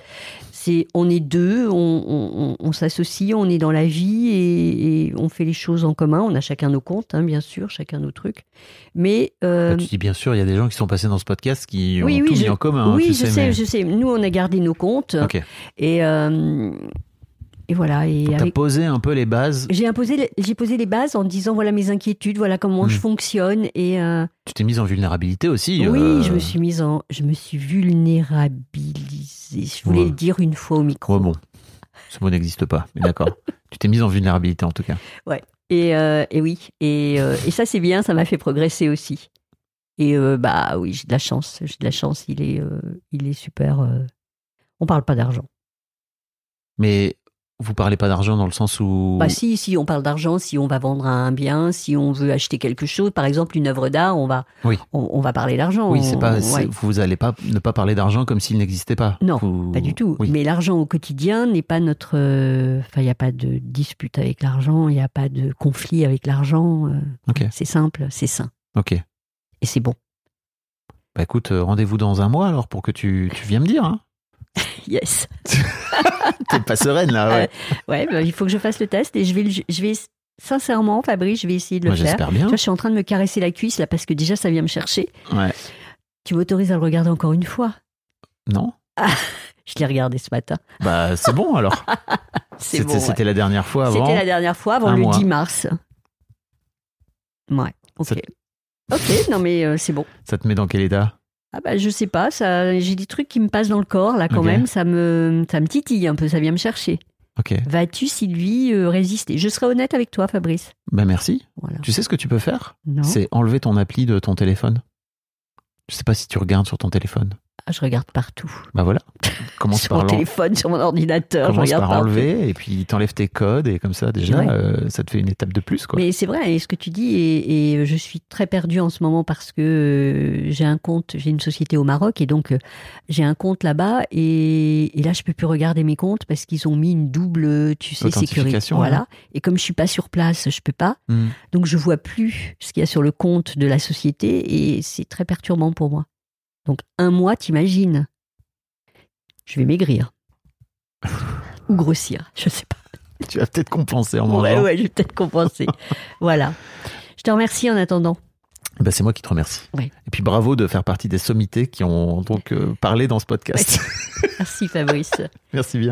Speaker 1: C'est on est deux, on, on- on- on s'associe, on est dans la vie et, et on fait les choses en commun. On a chacun nos comptes, hein, bien sûr, chacun nos trucs, mais euh,
Speaker 4: Bah, Tu dis bien sûr, il y a des gens qui sont passés dans ce podcast qui ont
Speaker 1: Oui,
Speaker 4: tout
Speaker 1: oui,
Speaker 4: mis
Speaker 1: je-
Speaker 4: en commun. hein,
Speaker 1: oui,
Speaker 4: tu
Speaker 1: je sais,
Speaker 4: mais-
Speaker 1: je sais. Nous, on a gardé nos comptes
Speaker 4: Ok.
Speaker 1: et euh, et voilà. Et
Speaker 4: Donc, T'as
Speaker 1: avec-
Speaker 4: posé un peu les bases.
Speaker 1: j'ai imposé, les- j'ai posé les bases en disant voilà mes inquiétudes, voilà comment
Speaker 4: Hmm.
Speaker 1: je fonctionne et euh,
Speaker 4: Tu t'es mise en vulnérabilité aussi.
Speaker 1: oui,
Speaker 4: euh,
Speaker 1: je me suis mise en, je me suis vulnérabilisée. Je voulais
Speaker 4: Ouais.
Speaker 1: le dire une fois au micro.
Speaker 4: Ouais, bon, ce mot n'existe pas, mais d'accord. tu t'es mise en vulnérabilité en tout cas.
Speaker 1: Et, euh, et oui, et, euh, et ça c'est bien, ça m'a fait progresser aussi. Et euh, bah oui, j'ai de la chance, j'ai de la chance. Il est, euh, il est super. euh, on parle pas d'argent.
Speaker 4: Mais vous parlez pas d'argent dans le sens où.
Speaker 1: Bah si, si on parle d'argent, si on va vendre un bien, si on veut acheter quelque chose, par exemple une œuvre d'art, on va,
Speaker 4: Oui.
Speaker 1: on, on va parler d'argent.
Speaker 4: oui, c'est pas.
Speaker 1: on-
Speaker 4: c'est-
Speaker 1: ouais.
Speaker 4: Vous allez pas ne pas parler d'argent comme s'il n'existait pas.
Speaker 1: Non,
Speaker 4: Vous-
Speaker 1: Pas du tout.
Speaker 4: Mmh. Oui.
Speaker 1: Mais l'argent au quotidien n'est pas notre. euh, Enfin, il n'y a pas de dispute avec l'argent, il n'y a pas de conflit avec l'argent. euh,
Speaker 4: Ok.
Speaker 1: C'est simple, c'est sain.
Speaker 4: Ok.
Speaker 1: Et c'est bon.
Speaker 4: Bah écoute, euh, rendez-vous dans un mois alors pour que tu, tu viens me dire. Hein.
Speaker 1: Yes.
Speaker 4: T'es pas sereine
Speaker 1: Euh,
Speaker 4: là, ouais.
Speaker 1: Ouais, bah, il faut que je fasse le test et je vais, le- je vais sincèrement, Fabrice, je vais essayer de le
Speaker 4: Moi
Speaker 1: faire.
Speaker 4: j'espère bien.
Speaker 1: Tu vois, je suis en train de me caresser la cuisse là parce que déjà ça vient me chercher.
Speaker 4: Ouais.
Speaker 1: Tu m'autorises à le regarder encore une fois
Speaker 4: Non
Speaker 1: Je l'ai regardé ce matin.
Speaker 4: Bah c'est bon alors.
Speaker 1: C'est
Speaker 4: C'était
Speaker 1: bon. ouais.
Speaker 4: c'était la dernière fois avant.
Speaker 1: C'était la dernière fois avant
Speaker 4: un
Speaker 1: le
Speaker 4: mois.
Speaker 1: 10 mars. Ouais. Ok.
Speaker 4: Ça-
Speaker 1: Ok. Non mais euh, c'est bon.
Speaker 4: Ça te met dans quel état
Speaker 1: Ah bah je sais pas, ça j'ai des trucs qui me passent dans le corps là quand
Speaker 4: Ok.
Speaker 1: même, ça me ça me titille un peu, ça vient me chercher.
Speaker 4: Ok.
Speaker 1: Vas-tu Sylvie euh, résister Je serai honnête avec toi Fabrice.
Speaker 4: Bah merci.
Speaker 1: Voilà.
Speaker 4: Tu sais ce que tu peux faire
Speaker 1: Non.
Speaker 4: C'est enlever ton appli de ton téléphone. Je sais pas si tu regardes sur ton téléphone.
Speaker 1: Ah, je regarde partout.
Speaker 4: Bah voilà. Commence
Speaker 1: sur
Speaker 4: par
Speaker 1: mon
Speaker 4: l'en-
Speaker 1: téléphone, sur mon ordinateur, je
Speaker 4: commence
Speaker 1: regarde
Speaker 4: par
Speaker 1: partout.
Speaker 4: enlever et puis t'enlèves tes codes et comme ça déjà
Speaker 1: Ouais.
Speaker 4: euh, ça te fait une étape de plus quoi.
Speaker 1: Mais c'est vrai, et ce que tu dis, et, et je suis très perdue en ce moment parce que euh, j'ai un compte, j'ai une société au Maroc, et donc euh, j'ai un compte là-bas, et, et là je peux plus regarder mes comptes parce qu'ils ont mis une double, euh, tu sais, sécurité.
Speaker 4: Authentification, hein.
Speaker 1: Voilà. Et comme je suis pas sur place, je peux pas.
Speaker 4: Hmm.
Speaker 1: Donc je vois plus ce qu'il y a sur le compte de la société, et c'est très perturbant pour moi. Donc un mois, t'imagines, je vais maigrir ou grossir, je sais pas.
Speaker 4: Tu vas peut-être compenser en
Speaker 1: Ouais,
Speaker 4: mangeant.
Speaker 1: ouais, je vais peut-être compenser. voilà. Je te remercie en attendant.
Speaker 4: Bah, c'est moi qui te remercie.
Speaker 1: Ouais.
Speaker 4: Et puis bravo de faire partie des sommités qui ont donc euh, parlé dans ce podcast.
Speaker 1: Merci Fabrice.
Speaker 4: Merci bien.